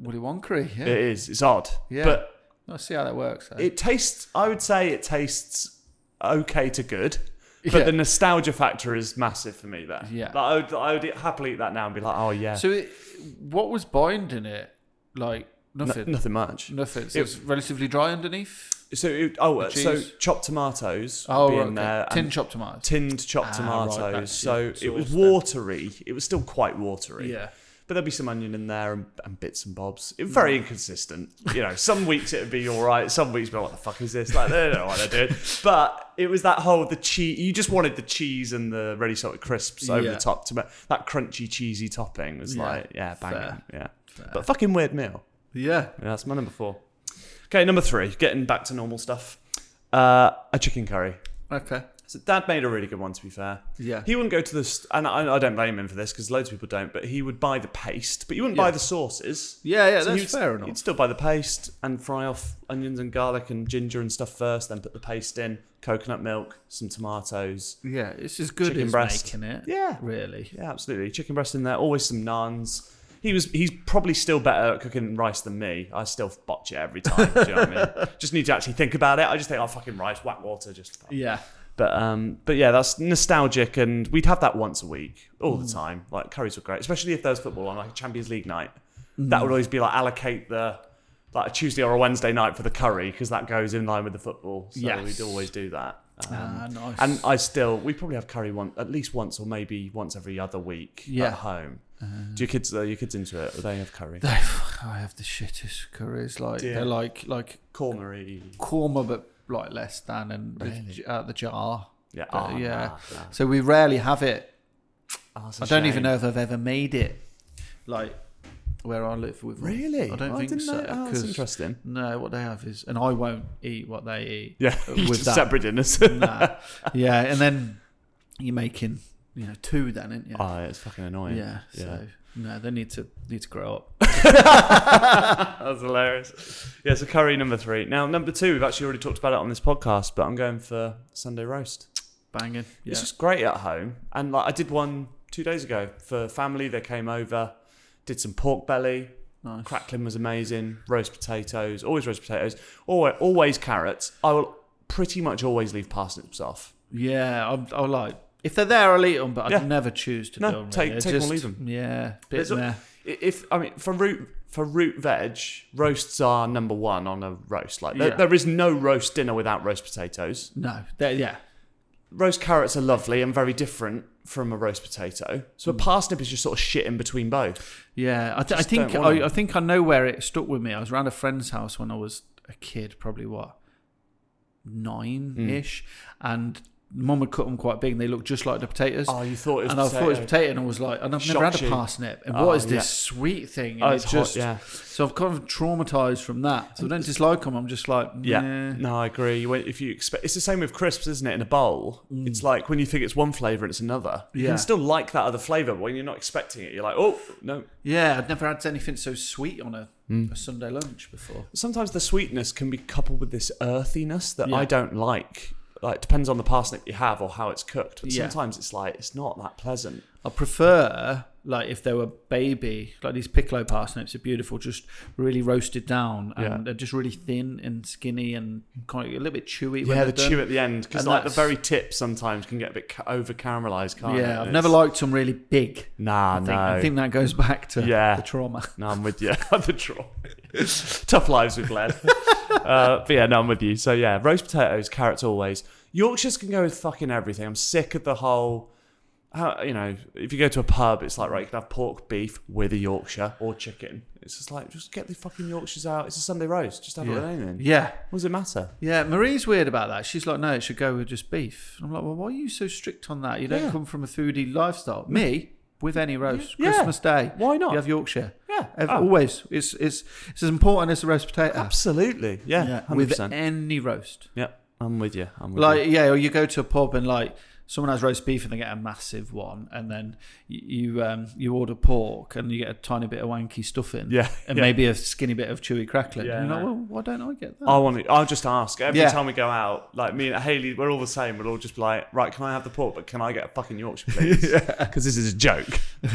Speaker 2: Willy Wonkery. Yeah.
Speaker 3: It is. It's odd.
Speaker 2: Yeah.
Speaker 3: But
Speaker 2: Let's see how that works. eh?
Speaker 3: it tastes, I would say it tastes okay to good. But
Speaker 2: Yeah.
Speaker 3: the nostalgia factor is massive for me there.
Speaker 2: Yeah.
Speaker 3: Like, I, would, I would happily eat that now and be like, oh, yeah.
Speaker 2: so, it, what was binding it? Like nothing.
Speaker 3: Nothing much.
Speaker 2: Nothing. So it was relatively dry underneath.
Speaker 3: So, it, oh, uh,
Speaker 2: The
Speaker 3: so
Speaker 2: cheese.
Speaker 3: chopped tomatoes would
Speaker 2: Oh,
Speaker 3: be
Speaker 2: right,
Speaker 3: in
Speaker 2: okay.
Speaker 3: there.
Speaker 2: tin
Speaker 3: and
Speaker 2: chopped tomatoes.
Speaker 3: tinned chopped
Speaker 2: Ah, right,
Speaker 3: tomatoes.
Speaker 2: that's
Speaker 3: so
Speaker 2: your
Speaker 3: it was
Speaker 2: sauce then.
Speaker 3: watery. It was still quite watery.
Speaker 2: Yeah.
Speaker 3: But there'd be some onion in there and, and bits and bobs. It, very inconsistent. You know, some weeks it'd be all right. Some weeks, be like, what the fuck is this? Like, they don't know what they're doing. But it was that whole the cheese. You just wanted the cheese and the ready salted crisps over
Speaker 2: Yeah.
Speaker 3: the top to ma- that crunchy cheesy topping was
Speaker 2: Yeah,
Speaker 3: like, yeah, banging,
Speaker 2: fair.
Speaker 3: yeah. But fucking weird meal.
Speaker 2: Yeah.
Speaker 3: Yeah, that's my number four. Okay, number three. Getting back to normal stuff. Uh, a chicken curry.
Speaker 2: Okay.
Speaker 3: So dad made a really good one, to be fair.
Speaker 2: Yeah.
Speaker 3: He wouldn't go to the, st- and I, I don't blame him for this because loads of people don't, but he would buy the paste, but you wouldn't buy
Speaker 2: Yeah.
Speaker 3: the sauces.
Speaker 2: Yeah, yeah,
Speaker 3: So
Speaker 2: that's
Speaker 3: you'd-
Speaker 2: fair enough.
Speaker 3: You'd still buy the paste and fry off onions and garlic and ginger and stuff first, then put the paste in, coconut milk, some tomatoes.
Speaker 2: Yeah, it's as good
Speaker 3: Chicken
Speaker 2: as
Speaker 3: breast.
Speaker 2: making it.
Speaker 3: Yeah.
Speaker 2: Really.
Speaker 3: Yeah, absolutely. Chicken breast in there, always some naans. He was he's probably still better at cooking rice than me. I still botch it every time. do you know what I mean? Just need to actually think about it. I just think, oh fucking rice, whack water, just fuck.
Speaker 2: Yeah.
Speaker 3: But um, but yeah, that's nostalgic, and we'd have that once a week, all
Speaker 2: Mm.
Speaker 3: the time. Like curries were great, especially if there was football on, like a Champions League night.
Speaker 2: Mm.
Speaker 3: That would always be like allocate the like a Tuesday or a Wednesday night for the curry because that goes in line with the football. So
Speaker 2: Yes.
Speaker 3: we'd always do that. Um,
Speaker 2: ah, nice.
Speaker 3: and I still, we probably have curry one at least once or maybe once every other week
Speaker 2: Yeah.
Speaker 3: at home. do your kids? Are your kids into it? Or they have curry?
Speaker 2: They- I have the shittest curries. Like
Speaker 3: Dear.
Speaker 2: they're like like
Speaker 3: Cormoree.
Speaker 2: korma, but like less than and out the, jar.
Speaker 3: Yeah.
Speaker 2: But,
Speaker 3: ah,
Speaker 2: Uh, yeah.
Speaker 3: nah, nah.
Speaker 2: So we rarely have it.
Speaker 3: Ah, it's a
Speaker 2: I don't
Speaker 3: shame.
Speaker 2: even know if I've ever made it. Like where I live with them.
Speaker 3: Really?
Speaker 2: I don't
Speaker 3: Oh,
Speaker 2: think
Speaker 3: didn't
Speaker 2: so.
Speaker 3: know- oh, that's
Speaker 2: 'cause-
Speaker 3: interesting.
Speaker 2: No, what they have is, and I won't eat what they eat.
Speaker 3: Yeah,
Speaker 2: with
Speaker 3: just
Speaker 2: that.
Speaker 3: separate dinners.
Speaker 2: Nah. yeah, and then you're making you know two then, aren't you?
Speaker 3: Oh, it's fucking annoying.
Speaker 2: yeah, So no, they need to need to grow up.
Speaker 3: That's hilarious. Yeah, so curry number three. Now, number two, we've actually already talked about it on this podcast, but I'm going for Sunday roast.
Speaker 2: Banging. Yeah.
Speaker 3: It's just great at home. And like I did one two days ago for family. They came over, did some pork belly.
Speaker 2: nice.
Speaker 3: Crackling was amazing. Roast potatoes, always roast potatoes. Always, always carrots. I will pretty much always leave parsnips off.
Speaker 2: Yeah, I'm, I like if they're there, I'll eat them, but I'd
Speaker 3: Yeah.
Speaker 2: never choose to
Speaker 3: No,
Speaker 2: do them.
Speaker 3: take-
Speaker 2: really.
Speaker 3: take 'em or
Speaker 2: just,
Speaker 3: leave 'em.
Speaker 2: Yeah, bit
Speaker 3: There's a-
Speaker 2: there.
Speaker 3: I- If I mean for root for root veg, roasts are number one on a roast. Like
Speaker 2: Yeah.
Speaker 3: there, there is no roast dinner without roast potatoes.
Speaker 2: No, there. Yeah,
Speaker 3: roast carrots are lovely and very different from a roast potato. So a parsnip is just sort of shit in between both.
Speaker 2: yeah. I, th- I
Speaker 3: Just
Speaker 2: think
Speaker 3: don't want
Speaker 2: I,
Speaker 3: 'em.
Speaker 2: I think I know where it stuck with me. I was around a friend's house when I was a kid, probably what nine ish, and mum had cut them quite big, and they looked just like the potatoes.
Speaker 3: Hmm. Oh, you thought it was
Speaker 2: and I
Speaker 3: potato.
Speaker 2: thought it was potato, and I was like, and I've never
Speaker 3: Shocked
Speaker 2: had a
Speaker 3: you.
Speaker 2: parsnip. And
Speaker 3: Oh,
Speaker 2: what is this
Speaker 3: yeah.
Speaker 2: sweet thing? And
Speaker 3: Oh,
Speaker 2: it
Speaker 3: it's hot, yeah.
Speaker 2: So I've kind of traumatized from that. So I don't dislike them. I'm just like,
Speaker 3: Yeah.
Speaker 2: yeah,
Speaker 3: No, I agree. You went- If you expect, it's the same with crisps, isn't it? In a bowl, it's like when you think it's one flavor and it's another. You
Speaker 2: Yeah.
Speaker 3: can still like that other flavor, but when you're not expecting it, you're like, oh no.
Speaker 2: yeah. I'd never had anything so sweet on a,
Speaker 3: Hmm.
Speaker 2: a Sunday lunch before.
Speaker 3: Sometimes the sweetness can be coupled with this earthiness that
Speaker 2: Yeah.
Speaker 3: I don't like. Like depends on the parsnip you have or how it's cooked, but
Speaker 2: Yeah.
Speaker 3: sometimes it's like it's not that pleasant.
Speaker 2: I prefer like if they were baby, like these piccolo parsnips are beautiful, just really roasted down and
Speaker 3: Yeah.
Speaker 2: they're just really thin and skinny and kind of a little bit chewy. when
Speaker 3: Yeah,
Speaker 2: they're
Speaker 3: the
Speaker 2: done.
Speaker 3: chew at the end because
Speaker 2: And
Speaker 3: like the
Speaker 2: that's-
Speaker 3: very tip sometimes can get a bit ca- over caramelized, can't it?
Speaker 2: Yeah, I've
Speaker 3: And
Speaker 2: never
Speaker 3: it's-
Speaker 2: liked them really big.
Speaker 3: Nah,
Speaker 2: I think,
Speaker 3: no,
Speaker 2: I think that goes back to
Speaker 3: Yeah.
Speaker 2: the trauma.
Speaker 3: no, I'm with you. the draw. Tough lives we've led. uh, but yeah, no, I'm with you. So yeah, roast potatoes, carrots, always. Yorkshires can go with fucking everything. I'm sick of the whole. How, you know, if you go to a pub, it's like right, you can have pork, beef with a Yorkshire or chicken. It's just like just get the fucking Yorkshires out. It's a Sunday roast. Just have it with anything.
Speaker 2: Yeah.
Speaker 3: What does it matter?
Speaker 2: Yeah, Marie's weird about that. She's like, no, it should go with just beef. And I'm like, well, why are you so strict on that? You don't
Speaker 3: Yeah.
Speaker 2: come from a foodie lifestyle. Me, with any roast,
Speaker 3: Yeah.
Speaker 2: Christmas Day,
Speaker 3: Why not?
Speaker 2: You have Yorkshire.
Speaker 3: Yeah.
Speaker 2: Ev-
Speaker 3: Oh.
Speaker 2: always. It's it's it's as important as a roast potato.
Speaker 3: Absolutely. Yeah.
Speaker 2: Yeah,
Speaker 3: 100%.
Speaker 2: with any roast.
Speaker 3: yeah. I'm with you. I'm with you.
Speaker 2: Like, yeah, or you go to a pub and like someone has roast beef and they get a massive one, and then y- you um, you order pork and you get a tiny bit of wanky stuffing,
Speaker 3: Yeah,
Speaker 2: and
Speaker 3: yeah.
Speaker 2: maybe a skinny bit of chewy crackling.
Speaker 3: Yeah,
Speaker 2: and you're
Speaker 3: no.
Speaker 2: like, well, why don't I get that?
Speaker 3: I want to. I'll just ask every
Speaker 2: Yeah.
Speaker 3: time we go out. Like me and Haley, we're all the same. We'll all just be like, right, can I have the pork? But can I get a fucking Yorkshire, please? Because this is a joke.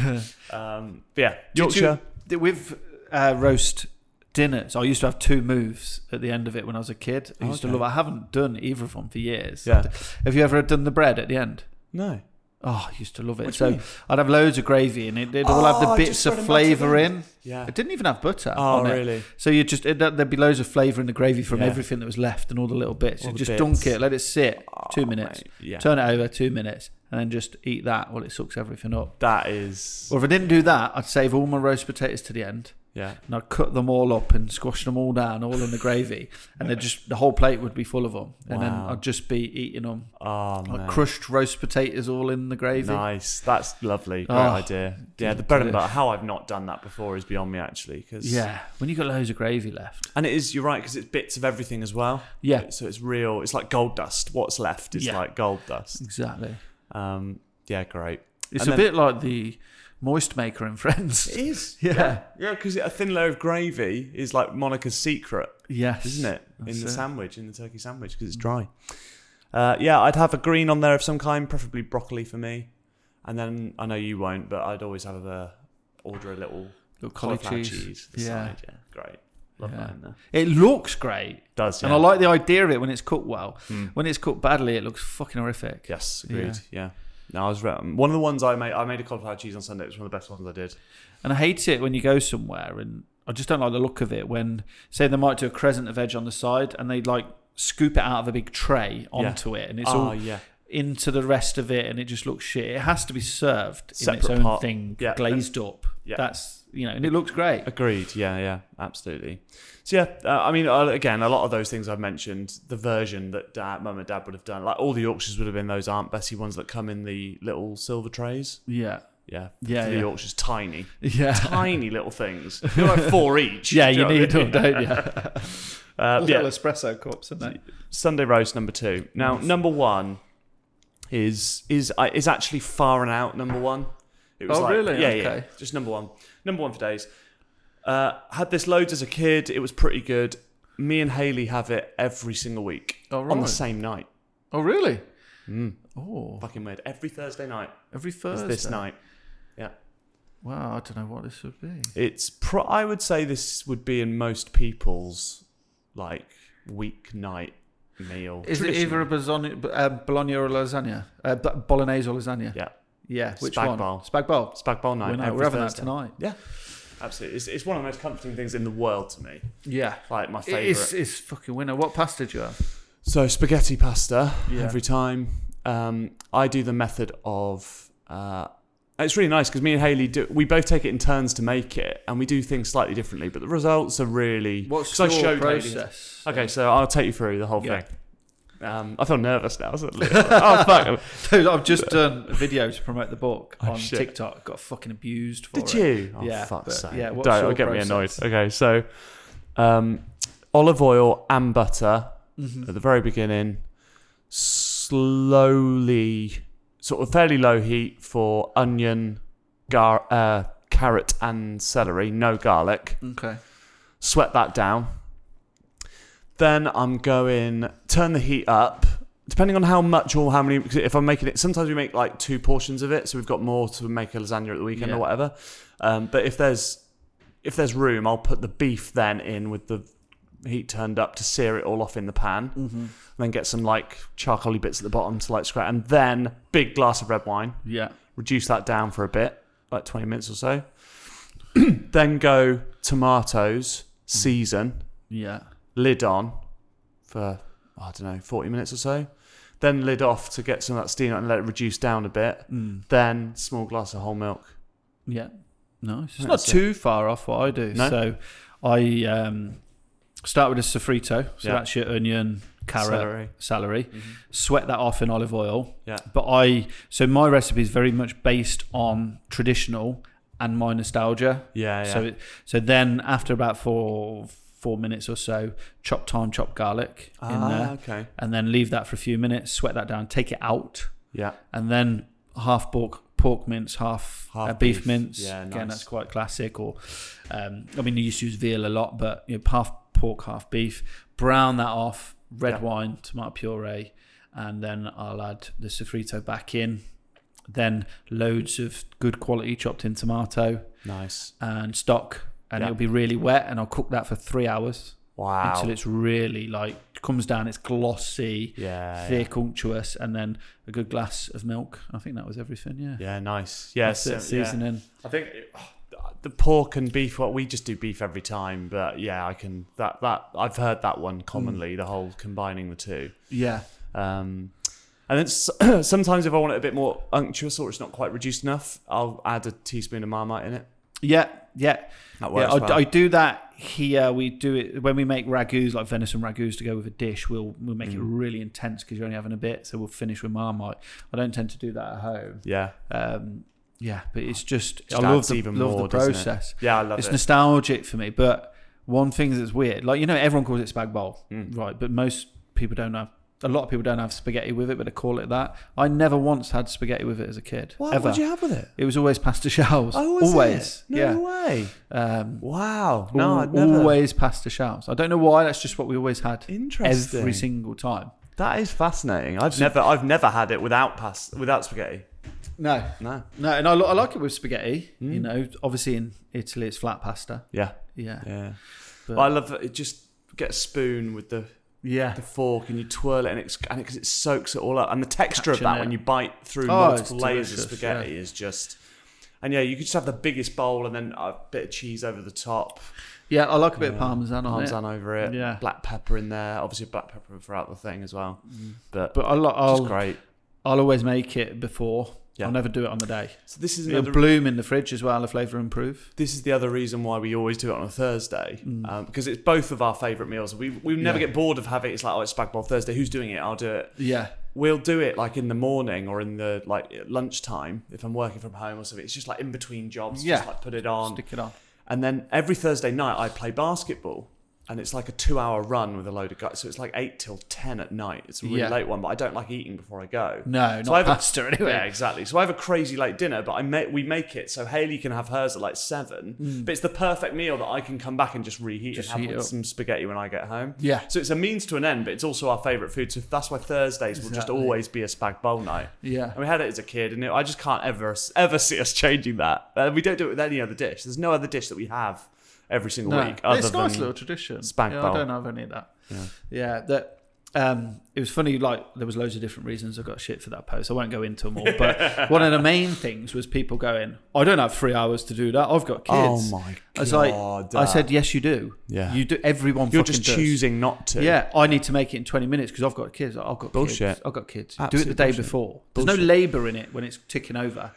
Speaker 3: um, but yeah,
Speaker 2: Did you-
Speaker 3: Yorkshire.
Speaker 2: th- with uh, roast dinners, I used to have two moves at the end of it when I was a kid. I used to
Speaker 3: Okay.
Speaker 2: love. I haven't done either of them for years.
Speaker 3: Yeah.
Speaker 2: Have you ever done the bread at the end?
Speaker 3: No.
Speaker 2: Oh, I used to love it.
Speaker 3: What do
Speaker 2: so
Speaker 3: you mean?
Speaker 2: I'd have loads of gravy and it. It'd all have
Speaker 3: Oh,
Speaker 2: the
Speaker 3: I
Speaker 2: bits
Speaker 3: just
Speaker 2: of
Speaker 3: read about
Speaker 2: flavour
Speaker 3: it.
Speaker 2: in.
Speaker 3: Yeah.
Speaker 2: It didn't even have butter.
Speaker 3: Oh,
Speaker 2: on it.
Speaker 3: really?
Speaker 2: So you just it, there'd be loads of flavour in the gravy from
Speaker 3: Yeah.
Speaker 2: everything that was left and all the little bits.
Speaker 3: All
Speaker 2: You
Speaker 3: the
Speaker 2: just
Speaker 3: bits.
Speaker 2: dunk it, let it sit two
Speaker 3: Oh,
Speaker 2: minutes,
Speaker 3: mate, yeah.
Speaker 2: turn it over two minutes, and then just eat that while it sucks everything up.
Speaker 3: That is.
Speaker 2: Or if I didn't do that, I'd save all my roast potatoes to the end
Speaker 3: Yeah.
Speaker 2: and I'd cut them all up and squash them all down, all in the gravy, and they just the whole plate would be full of them, and then
Speaker 3: Wow.
Speaker 2: I'd just be eating them
Speaker 3: Oh,
Speaker 2: like
Speaker 3: man.
Speaker 2: crushed roast potatoes all in the gravy.
Speaker 3: Nice. That's lovely. Great
Speaker 2: Oh,
Speaker 3: idea. Yeah, the
Speaker 2: dude,
Speaker 3: bread and
Speaker 2: dude.
Speaker 3: butter. How I've not done that before is beyond me actually. Cause,
Speaker 2: Yeah, when you got loads of gravy left.
Speaker 3: And it is. You're right because it's bits of everything as well.
Speaker 2: Yeah.
Speaker 3: So it's real. It's like gold dust. What's left is
Speaker 2: Yeah.
Speaker 3: like gold dust.
Speaker 2: Exactly.
Speaker 3: Um. Yeah. Great.
Speaker 2: It's
Speaker 3: And
Speaker 2: a
Speaker 3: then-
Speaker 2: bit like the moist maker in Friends.
Speaker 3: It is.
Speaker 2: Yeah.
Speaker 3: Yeah, because a thin layer of gravy is like Monica's secret,
Speaker 2: Yes,
Speaker 3: isn't it?
Speaker 2: That's
Speaker 3: in the
Speaker 2: it. Mm.
Speaker 3: sandwich, in the turkey sandwich, because it's dry. Uh, yeah, I'd have a green on there of some kind, preferably broccoli for me. And then I know you won't, but I'd always have a order a little
Speaker 2: Little collard
Speaker 3: cauliflower
Speaker 2: cheese.
Speaker 3: cheese. for the
Speaker 2: Yeah.
Speaker 3: side. yeah, great. Love
Speaker 2: Yeah.
Speaker 3: that in there.
Speaker 2: It looks great,
Speaker 3: Does yeah.
Speaker 2: and I like the idea of it when it's cooked well.
Speaker 3: Mm.
Speaker 2: When it's cooked badly, it looks fucking horrific.
Speaker 3: Yes, agreed. Yeah. No, I was re- um, one of the ones I made. I made a cauliflower cheese on Sunday. It was one of the best ones I did.
Speaker 2: And I hate it when you go somewhere and I just don't like the look of it when say they might do a crescent of veg on the side and they like scoop it out of a big tray onto it and it's
Speaker 3: oh
Speaker 2: all
Speaker 3: yeah,
Speaker 2: into the rest of it and it just looks shit. It has to be served in its
Speaker 3: Separate
Speaker 2: own
Speaker 3: pot.
Speaker 2: thing,
Speaker 3: Yeah.
Speaker 2: glazed up.
Speaker 3: Yeah.
Speaker 2: That's you know, and it looks great.
Speaker 3: Agreed. Yeah, yeah, absolutely. So yeah, uh, I mean, uh, again, a lot of those things I've mentioned, the version that dad, mum and dad would have done, like all the Yorkshires would have been those Aunt Bessie ones that come in the little silver trays.
Speaker 2: Yeah.
Speaker 3: Yeah.
Speaker 2: Yeah,
Speaker 3: The
Speaker 2: yeah.
Speaker 3: Yorkshire's tiny.
Speaker 2: Yeah.
Speaker 3: Tiny little things. They're like four each.
Speaker 2: Yeah, you
Speaker 3: Do know what I
Speaker 2: need
Speaker 3: mean?
Speaker 2: them, don't you?
Speaker 3: Uh, yeah.
Speaker 2: espresso cups, isn't it?
Speaker 3: Sunday roast number two. Now number one is is uh, is actually far and out number one. It
Speaker 2: Oh, really?
Speaker 3: Yeah, yeah.
Speaker 2: Okay.
Speaker 3: Just number one. Number one for days. Uh, had this loads as a kid. It was pretty good. Me and Haley have it every single week
Speaker 2: Oh,
Speaker 3: on the
Speaker 2: right.
Speaker 3: same night.
Speaker 2: Oh, really? Oh,
Speaker 3: Fucking weird. Every Thursday night
Speaker 2: every
Speaker 3: Mm. is
Speaker 2: Thursday.
Speaker 3: this night.
Speaker 2: Wow, I don't know what this would be.
Speaker 3: It's pro- I would say this would be in most people's like weeknight meal.
Speaker 2: Is it either
Speaker 3: Traditional.
Speaker 2: a bologna, uh, bologna or a lasagna? Uh, b- bolognese or lasagna?
Speaker 3: Yeah.
Speaker 2: Yeah, which
Speaker 3: Spag
Speaker 2: one?
Speaker 3: bowl.
Speaker 2: Spag bowl.
Speaker 3: Spag bowl night.
Speaker 2: We're, not-
Speaker 3: every
Speaker 2: we're having
Speaker 3: Thursday.
Speaker 2: that tonight.
Speaker 3: Yeah, absolutely. It's, it's one of the most comforting things in the world to me.
Speaker 2: Yeah.
Speaker 3: Like my favorite.
Speaker 2: It's, it's fucking winner. What pasta do you have?
Speaker 3: so spaghetti pasta
Speaker 2: Yeah.
Speaker 3: every time. Um, I do the method of. Uh, it's really nice because me and Haley do. We both take it in turns to make it, and we do things slightly differently. But the results are really.
Speaker 2: What's
Speaker 3: 'cause I
Speaker 2: your
Speaker 3: showed Hayley-
Speaker 2: process?
Speaker 3: Okay, so I'll take you through the whole
Speaker 2: Yeah.
Speaker 3: thing. Um, I feel nervous now. So oh fuck!
Speaker 2: I've just done a video to promote the book
Speaker 3: Oh,
Speaker 2: on
Speaker 3: shit.
Speaker 2: TikTok. Got fucking abused for
Speaker 3: Did
Speaker 2: it.
Speaker 3: you? Oh,
Speaker 2: Yeah,
Speaker 3: fuck's
Speaker 2: but-
Speaker 3: sake.
Speaker 2: yeah, what's
Speaker 3: Don't
Speaker 2: your
Speaker 3: it'll get me annoyed.
Speaker 2: process?
Speaker 3: Okay, so um, olive oil and butter
Speaker 2: Mm-hmm.
Speaker 3: at the very beginning, slowly, sort of fairly low heat for onion, gar- uh, carrot, and celery, no garlic.
Speaker 2: Okay.
Speaker 3: Sweat that down. Then I'm going, turn the heat up. Depending on how much or how many, because if I'm making it, sometimes we make like two portions of it, so we've got more to make a lasagna at the weekend
Speaker 2: Yeah.
Speaker 3: or whatever. Um, but if there's if there's room, I'll put the beef then in with the heat turned up to sear it all off in the pan,
Speaker 2: Mm-hmm.
Speaker 3: and then get some like charcoaly bits at the bottom to like scratch, and then big glass of red wine
Speaker 2: Yeah.
Speaker 3: reduce that down for a bit, like 20 minutes or so. then go
Speaker 2: Hmm.
Speaker 3: tomatoes, season,
Speaker 2: Yeah.
Speaker 3: lid on for, I don't know, 40 minutes or so. Then lid off to get some of that steam out and let it reduce down a bit.
Speaker 2: Mm.
Speaker 3: Then small glass of whole milk.
Speaker 2: Yeah. Nice. It's
Speaker 3: Right,
Speaker 2: not
Speaker 3: so-
Speaker 2: too far off what I do.
Speaker 3: No?
Speaker 2: So I um, start with a sofrito. So
Speaker 3: Yeah.
Speaker 2: that's your onion, carrot, celery.
Speaker 3: Celery. Mm-hmm.
Speaker 2: Sweat that off in olive oil.
Speaker 3: Yeah.
Speaker 2: But I, so my recipe is very much based on traditional and my nostalgia.
Speaker 3: Yeah, yeah.
Speaker 2: So it, so then after about four four minutes or so, chop thyme, chop garlic in
Speaker 3: ah,
Speaker 2: there,
Speaker 3: okay.
Speaker 2: and then leave that for a few minutes. Sweat that down. Take it out
Speaker 3: Yeah.
Speaker 2: and then half pork pork mince, half,
Speaker 3: Half
Speaker 2: uh, beef,
Speaker 3: beef.
Speaker 2: mince.
Speaker 3: Yeah,
Speaker 2: Again,
Speaker 3: nice.
Speaker 2: that's quite classic. Or, um, I mean, you used to use veal a lot, but you know, half pork, half beef. Brown that off. Red
Speaker 3: Yeah.
Speaker 2: wine, tomato puree, and then I'll add the sofrito back in. Then loads of good quality chopped in tomato
Speaker 3: Nice.
Speaker 2: and stock, and
Speaker 3: Yeah.
Speaker 2: it'll be really wet. And I'll cook that for three hours
Speaker 3: Wow.
Speaker 2: until it's really like comes down. It's glossy
Speaker 3: yeah. yeah.
Speaker 2: thick, unctuous, and then a good glass of milk. I think that was everything. Yeah.
Speaker 3: Yeah, nice. Yeah,
Speaker 2: That's it,
Speaker 3: so- yeah.
Speaker 2: seasoning.
Speaker 3: I think it- the pork and beef. Well, we just do beef every time, but yeah, I can that that I've heard that one
Speaker 2: Mm.
Speaker 3: commonly. The whole combining the two,
Speaker 2: Yeah.
Speaker 3: um, and then s- sometimes if I want it a bit more unctuous or it's not quite reduced enough, I'll add a teaspoon of marmite in it.
Speaker 2: Yeah. Yeah.
Speaker 3: That
Speaker 2: yeah
Speaker 3: works
Speaker 2: I,
Speaker 3: well.
Speaker 2: I do that here. We do it when we make ragouts, like venison ragouts, to go with a dish. We'll we'll make it
Speaker 3: Mm.
Speaker 2: really intense because you're only having a bit, so we'll finish with marmite. I don't tend to do that at home.
Speaker 3: yeah,
Speaker 2: Um, yeah, but it's just,
Speaker 3: Just
Speaker 2: I love
Speaker 3: adds
Speaker 2: the
Speaker 3: even
Speaker 2: love the
Speaker 3: more, doesn't it?
Speaker 2: process.
Speaker 3: yeah, I love
Speaker 2: it's
Speaker 3: it.
Speaker 2: nostalgic for me. But one thing that's weird, like you know, everyone calls it spag bowl,
Speaker 3: Hmm.
Speaker 2: right? But most people don't have. A lot of people don't have spaghetti with it, but they call it that. I never once had spaghetti with it as a kid.
Speaker 3: what
Speaker 2: ever.
Speaker 3: would you have with it?
Speaker 2: It was always pasta shells.
Speaker 3: Oh, was
Speaker 2: always.
Speaker 3: it? No
Speaker 2: yeah.
Speaker 3: way.
Speaker 2: Um,
Speaker 3: Wow. No,
Speaker 2: al-
Speaker 3: I'd never.
Speaker 2: Always pasta shells. I don't know why. That's just what we always had.
Speaker 3: Interesting.
Speaker 2: Every single time.
Speaker 3: That is fascinating. I've never, I've never had it without past, without spaghetti.
Speaker 2: No.
Speaker 3: No. Hmm.
Speaker 2: No, and I, li- I like it with spaghetti. You know, obviously in Italy it's flat pasta.
Speaker 3: Yeah.
Speaker 2: Yeah.
Speaker 3: Yeah.
Speaker 2: But-
Speaker 3: I love it. Just get a spoon with the
Speaker 2: Yeah.
Speaker 3: the fork and you twirl it and it's and because it, soaks it all up and the texture
Speaker 2: Catching
Speaker 3: of that
Speaker 2: it.
Speaker 3: when you bite through
Speaker 2: Oh,
Speaker 3: multiple
Speaker 2: it's
Speaker 3: layers of
Speaker 2: delicious,
Speaker 3: spaghetti is just and yeah you could just have the biggest bowl and then a bit of cheese over the top
Speaker 2: Yeah, I like a bit of parmesan on it.
Speaker 3: parmesan over it
Speaker 2: Yeah.
Speaker 3: black pepper in there obviously black pepper throughout the thing as well but,
Speaker 2: Mm. But I like.
Speaker 3: it's
Speaker 2: I'll,
Speaker 3: great
Speaker 2: I'll always make it before.
Speaker 3: Yeah.
Speaker 2: I'll never do it on the day.
Speaker 3: so this is
Speaker 2: It'll
Speaker 3: another
Speaker 2: bloom in the fridge as well, the flavour improve.
Speaker 3: this is the other reason why we always do it on a Thursday um, because it's both of our favourite meals we we never
Speaker 2: Mm. Yeah.
Speaker 3: get bored of having it. it's like oh it's spag bowl Thursday who's doing it I'll do it
Speaker 2: Yeah.
Speaker 3: we'll do it like in the morning or in the like at lunchtime if I'm working from home or something. It's just like in between jobs.
Speaker 2: Yeah.
Speaker 3: Just like put it on.
Speaker 2: Stick it on.
Speaker 3: And then every Thursday night, I play basketball. And it's like a two hour run with a load of guys. So it's like 8 till 10 at night. It's a really
Speaker 2: Yeah.
Speaker 3: late one, but I don't like eating before I go.
Speaker 2: No,
Speaker 3: So
Speaker 2: not
Speaker 3: I have a-
Speaker 2: pasta anyway.
Speaker 3: Yeah, exactly. So I have a crazy late dinner, but I make, we make it so Haley can have hers at like 7. But it's the perfect meal that I can come back and just reheat
Speaker 2: Mm. Just
Speaker 3: and
Speaker 2: heat
Speaker 3: have
Speaker 2: it
Speaker 3: with
Speaker 2: up.
Speaker 3: some spaghetti when I get home.
Speaker 2: Yeah.
Speaker 3: So it's a means to an end, but it's also our favourite food. So that's why Thursdays will just
Speaker 2: Exactly.
Speaker 3: always be a spag bowl night.
Speaker 2: Yeah.
Speaker 3: And we had it as a kid, and it, I just can't ever ever see us changing that. Uh, we don't do it with any other dish. There's no other dish that we have every single
Speaker 2: No,
Speaker 3: week other
Speaker 2: it's a
Speaker 3: than
Speaker 2: nice little tradition.
Speaker 3: spank
Speaker 2: yeah,
Speaker 3: bowl.
Speaker 2: I don't have any of that. Yeah, that. Um, it was funny. Like there was loads of different reasons I got shit for that post. I won't go into them all, but one of the main things was people going, "I don't have three hours to do that. I've got kids."
Speaker 3: Oh my god!
Speaker 2: I was like, I said, "Yes, you do.
Speaker 3: Yeah.
Speaker 2: you do. Everyone
Speaker 3: you're
Speaker 2: fucking
Speaker 3: just
Speaker 2: does.
Speaker 3: choosing not to.
Speaker 2: Yeah, I need to make it in 20 minutes because I've got kids. I've got
Speaker 3: Bullshit.
Speaker 2: kids. I've got kids. do
Speaker 3: Absolute
Speaker 2: it the day
Speaker 3: bullshit.
Speaker 2: before. There's no
Speaker 3: Bullshit.
Speaker 2: labour in it when it's ticking over.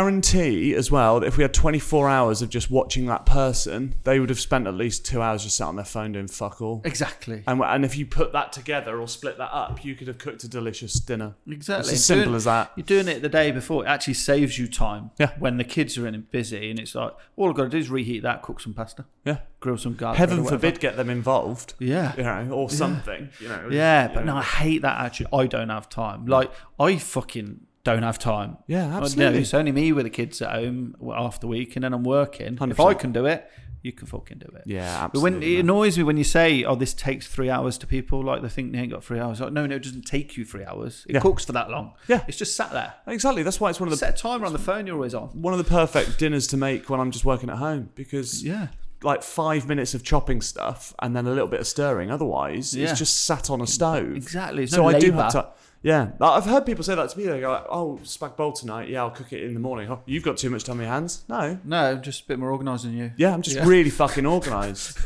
Speaker 3: Guarantee as well that if we had 24 hours of just watching that person, they would have spent at least two hours just sat on their phone doing fuck all.
Speaker 2: Exactly.
Speaker 3: And, and if you put that together or split that up, you could have cooked a delicious dinner.
Speaker 2: Exactly.
Speaker 3: It's as
Speaker 2: Doing-
Speaker 3: simple as that.
Speaker 2: You're doing it the day before. It actually saves you time.
Speaker 3: Yeah.
Speaker 2: When the kids are in and busy, and it's like all I've got to do is reheat that, cook some pasta,
Speaker 3: Yeah.
Speaker 2: grill some garlic. bread
Speaker 3: Heaven
Speaker 2: or whatever.
Speaker 3: forbid get them involved.
Speaker 2: Yeah.
Speaker 3: You know, or something. You know.
Speaker 2: Yeah,
Speaker 3: you
Speaker 2: but
Speaker 3: know.
Speaker 2: no, I hate that attitude. I don't have time. Like I fucking don't have time.
Speaker 3: Yeah,
Speaker 2: I-
Speaker 3: absolutely.
Speaker 2: No, it's only me with the kids at home after week, and then I'm working. If
Speaker 3: 100%.
Speaker 2: I can do it, you can fucking do it.
Speaker 3: Yeah,
Speaker 2: But
Speaker 3: absolutely.
Speaker 2: when it annoys me when you say, "Oh, this takes three hours," to people like they think they ain't got three hours. Like, no, no, it doesn't take you three hours. It
Speaker 3: Yeah.
Speaker 2: cooks for that long.
Speaker 3: Yeah.
Speaker 2: it's just sat there.
Speaker 3: exactly. That's why it's one of the
Speaker 2: Set a timer on the phone you're always on.
Speaker 3: one of the perfect dinners to make when I'm just working at home because
Speaker 2: Yeah,
Speaker 3: like five minutes of chopping stuff and then a little bit of stirring. Otherwise,
Speaker 2: Yeah.
Speaker 3: it's just sat on a stove.
Speaker 2: exactly. It's
Speaker 3: So
Speaker 2: no
Speaker 3: I do
Speaker 2: labour.
Speaker 3: have to. Yeah, Like, I've heard people say that to me. They go, like, "Oh, spag bowl tonight. Yeah, I'll cook it in the morning." Oh, you've got too much time on your hands. No,
Speaker 2: No, I'm just a bit more organised than you.
Speaker 3: Yeah, I'm just really fucking organised.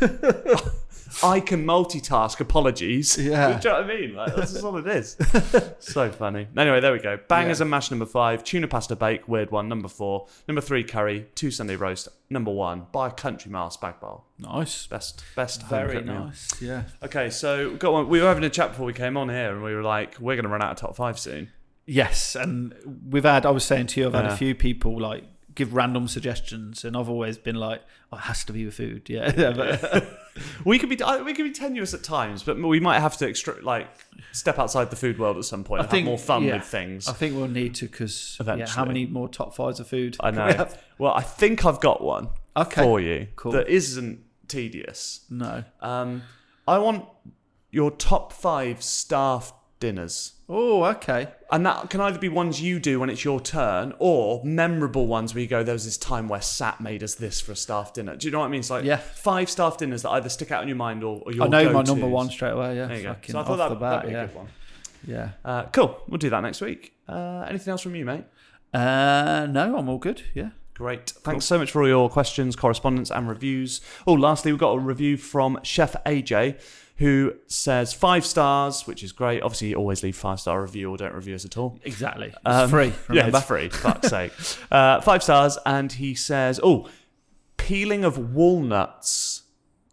Speaker 3: I can multitask. Apologies.
Speaker 2: Yeah.
Speaker 3: Do you know what I mean? Like, that's just all it is. so funny. Anyway, there we go. Bangers and mash number five. Tuna pasta bake. Weird one. Number four. Number three. Curry. Two Sunday roast. Number one. Buy a country mile spag bowl.
Speaker 2: Nice.
Speaker 3: Best. Best. home
Speaker 2: Very
Speaker 3: cooked meal.
Speaker 2: nice. Yeah.
Speaker 3: Okay, so we got one. We were having a chat before we came on here, and we were like, "We're going to run out of top five soon."
Speaker 2: Yes, and we've had. I was saying to you, I've had
Speaker 3: Yeah.
Speaker 2: a few people like give random suggestions, and I've always been like, "Oh, it has to be with food." Yeah. yeah, but-
Speaker 3: We could be I- we could be tenuous at times, but we might have to extra, like step outside the food world at some point.
Speaker 2: I
Speaker 3: and
Speaker 2: think-
Speaker 3: have more fun
Speaker 2: yeah.
Speaker 3: with things.
Speaker 2: I think we'll need to because yeah, how
Speaker 3: Eventually.
Speaker 2: many more top fives of food?
Speaker 3: I
Speaker 2: can
Speaker 3: know.
Speaker 2: we have?
Speaker 3: Well, I think I've got one
Speaker 2: Okay.
Speaker 3: for you
Speaker 2: Cool.
Speaker 3: that isn't tedious.
Speaker 2: No.
Speaker 3: Um, I want your top five staff dinners.
Speaker 2: Oh, okay.
Speaker 3: And that can either be ones you do when it's your turn or memorable ones where you go, there was this time where Sat made us this for a staff dinner. Do you know what I mean? It's like
Speaker 2: Yeah.
Speaker 3: five staff dinners that either stick out in your mind or, or your
Speaker 2: I know my
Speaker 3: go-tos.
Speaker 2: number one straight away. Yeah.
Speaker 3: There you go.
Speaker 2: Fucking
Speaker 3: So I thought
Speaker 2: off
Speaker 3: that,
Speaker 2: the bat.
Speaker 3: that'd be
Speaker 2: yeah.
Speaker 3: a good one.
Speaker 2: Yeah.
Speaker 3: Uh, cool. We'll do that next week. Uh, anything else from you, mate?
Speaker 2: Uh, no, I'm all good. Yeah.
Speaker 3: Great. Thanks so much for all your questions, correspondence, and reviews. Oh, lastly, we got a review from Chef AJ who says five stars, which is great. Obviously, you always leave five star review or don't review us at all.
Speaker 2: Exactly. It's
Speaker 3: Um,
Speaker 2: free.
Speaker 3: Yeah,
Speaker 2: Remember.
Speaker 3: it's free. Fuck's sake. Uh, five stars, and he says, "Oh, peeling of walnuts."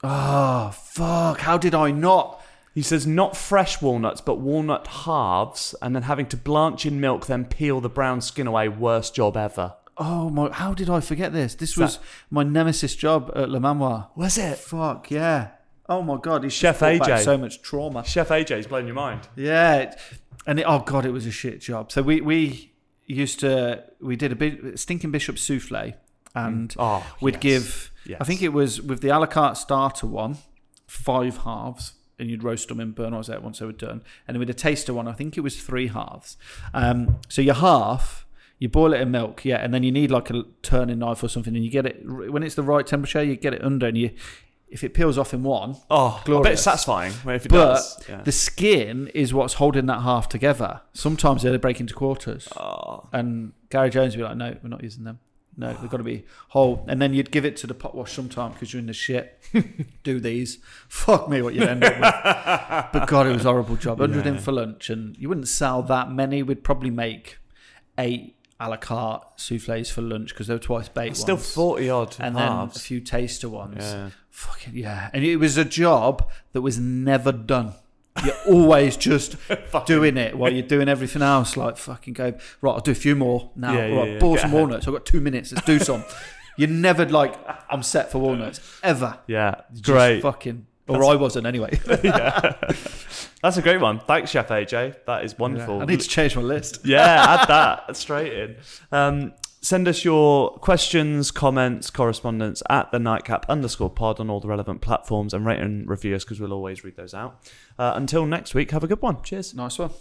Speaker 2: oh fuck! How did I not?
Speaker 3: He says not fresh walnuts, but walnut halves, and then having to blanch in milk, then peel the brown skin away. Worst job ever.
Speaker 2: Oh my! How did I forget this? This was my nemesis job at Le Manoir.
Speaker 3: Was it?
Speaker 2: Fuck yeah! Oh my god! He's just
Speaker 3: Chef
Speaker 2: brought back
Speaker 3: AJ.
Speaker 2: So much trauma.
Speaker 3: Chef AJ's blown your mind.
Speaker 2: Yeah, it- and it, oh god, it was a shit job. So we we used to we did a bit stinking bishop souffle, and
Speaker 3: Oh,
Speaker 2: we'd
Speaker 3: yes.
Speaker 2: give.
Speaker 3: Yes.
Speaker 2: I think it was with the a la carte starter one, five halves, and you'd roast them in burn out once they were done, and then with a taster one, I think it was three halves. Um, so your half. You boil it in milk, yeah, and then you need like a turning knife or something, and you get it when it's the right temperature. You get it under, and you, if it peels off in one,
Speaker 3: Oh, I bet it's
Speaker 2: glorious.
Speaker 3: satisfying well, if it
Speaker 2: but
Speaker 3: does. Yeah.
Speaker 2: the skin is what's holding that half together. Sometimes they break into quarters,
Speaker 3: Oh,
Speaker 2: and Gary Jones would be like, "No, we're not using them. No, they've got to be whole." And then you'd give it to the pot wash sometime because you're in the shit. Do these? Fuck me, what you'd end up with. but God, it was a horrible job. Hundred in
Speaker 3: Yeah.
Speaker 2: for lunch, and you wouldn't sell that many. We'd probably make eight a la carte souffles for lunch because they were twice baked.
Speaker 3: still
Speaker 2: ones.
Speaker 3: forty odd
Speaker 2: and then a
Speaker 3: halves.
Speaker 2: few taster ones.
Speaker 3: yeah.
Speaker 2: Fucking yeah. And it was a job that was never done.
Speaker 3: You're always just doing it while you're doing everything else. Like fucking go right. I'll do a few more now.
Speaker 4: Yeah,
Speaker 3: All
Speaker 4: yeah,
Speaker 3: right,
Speaker 4: yeah.
Speaker 3: bought
Speaker 4: Get
Speaker 3: some
Speaker 4: ahead.
Speaker 3: walnuts. I've got two minutes. Let's do some. You're never like I'm set for walnuts ever.
Speaker 1: Yeah,
Speaker 3: Just
Speaker 1: great.
Speaker 3: fucking. Or I wasn't anyway.
Speaker 1: That's a great one. Thanks, Chef AJ. That is wonderful.
Speaker 3: I need to change my list.
Speaker 1: yeah, add that straight in. Um, send us your questions, comments, correspondence at the nightcap underscore pod on all the relevant platforms and rate and review us because we'll always read those out. Uh, until next week, have a good one. Cheers.
Speaker 3: Nice one.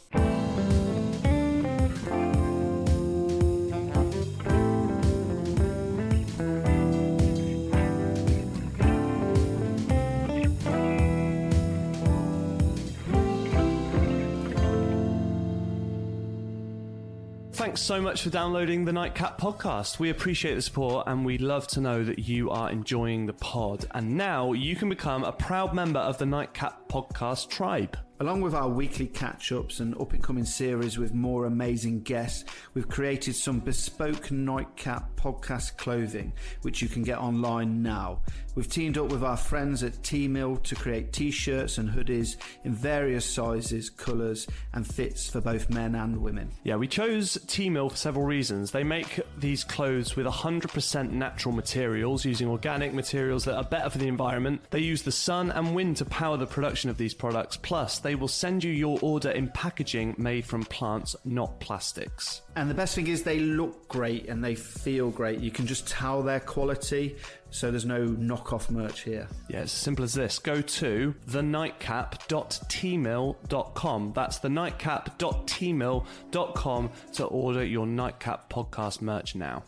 Speaker 1: Thanks so much for downloading the Nightcap podcast. We appreciate the support and we'd love to know that you are enjoying the pod. And now you can become a proud member of the Nightcap podcast tribe.
Speaker 2: Along with our weekly catch ups and up and coming series with more amazing guests, we've created some bespoke nightcap podcast clothing, which you can get online now. We've teamed up with our friends at T Mill to create t shirts and hoodies in various sizes, colours, and fits for both men and women.
Speaker 1: Yeah, we chose T-Mill for several reasons. They make these clothes with 100% natural materials, using organic materials that are better for the environment. They use the sun and wind to power the production of these products. Plus, they will send you your order in packaging made from plants, not plastics.
Speaker 2: And the best thing is they look great and they feel great. You can just tell their quality, so there's no knockoff merch here.
Speaker 1: Yeah, it's as simple as this. Go to thenightcap.tmill.com. That's thenightcap.tmill.com to order your Nightcap podcast merch now.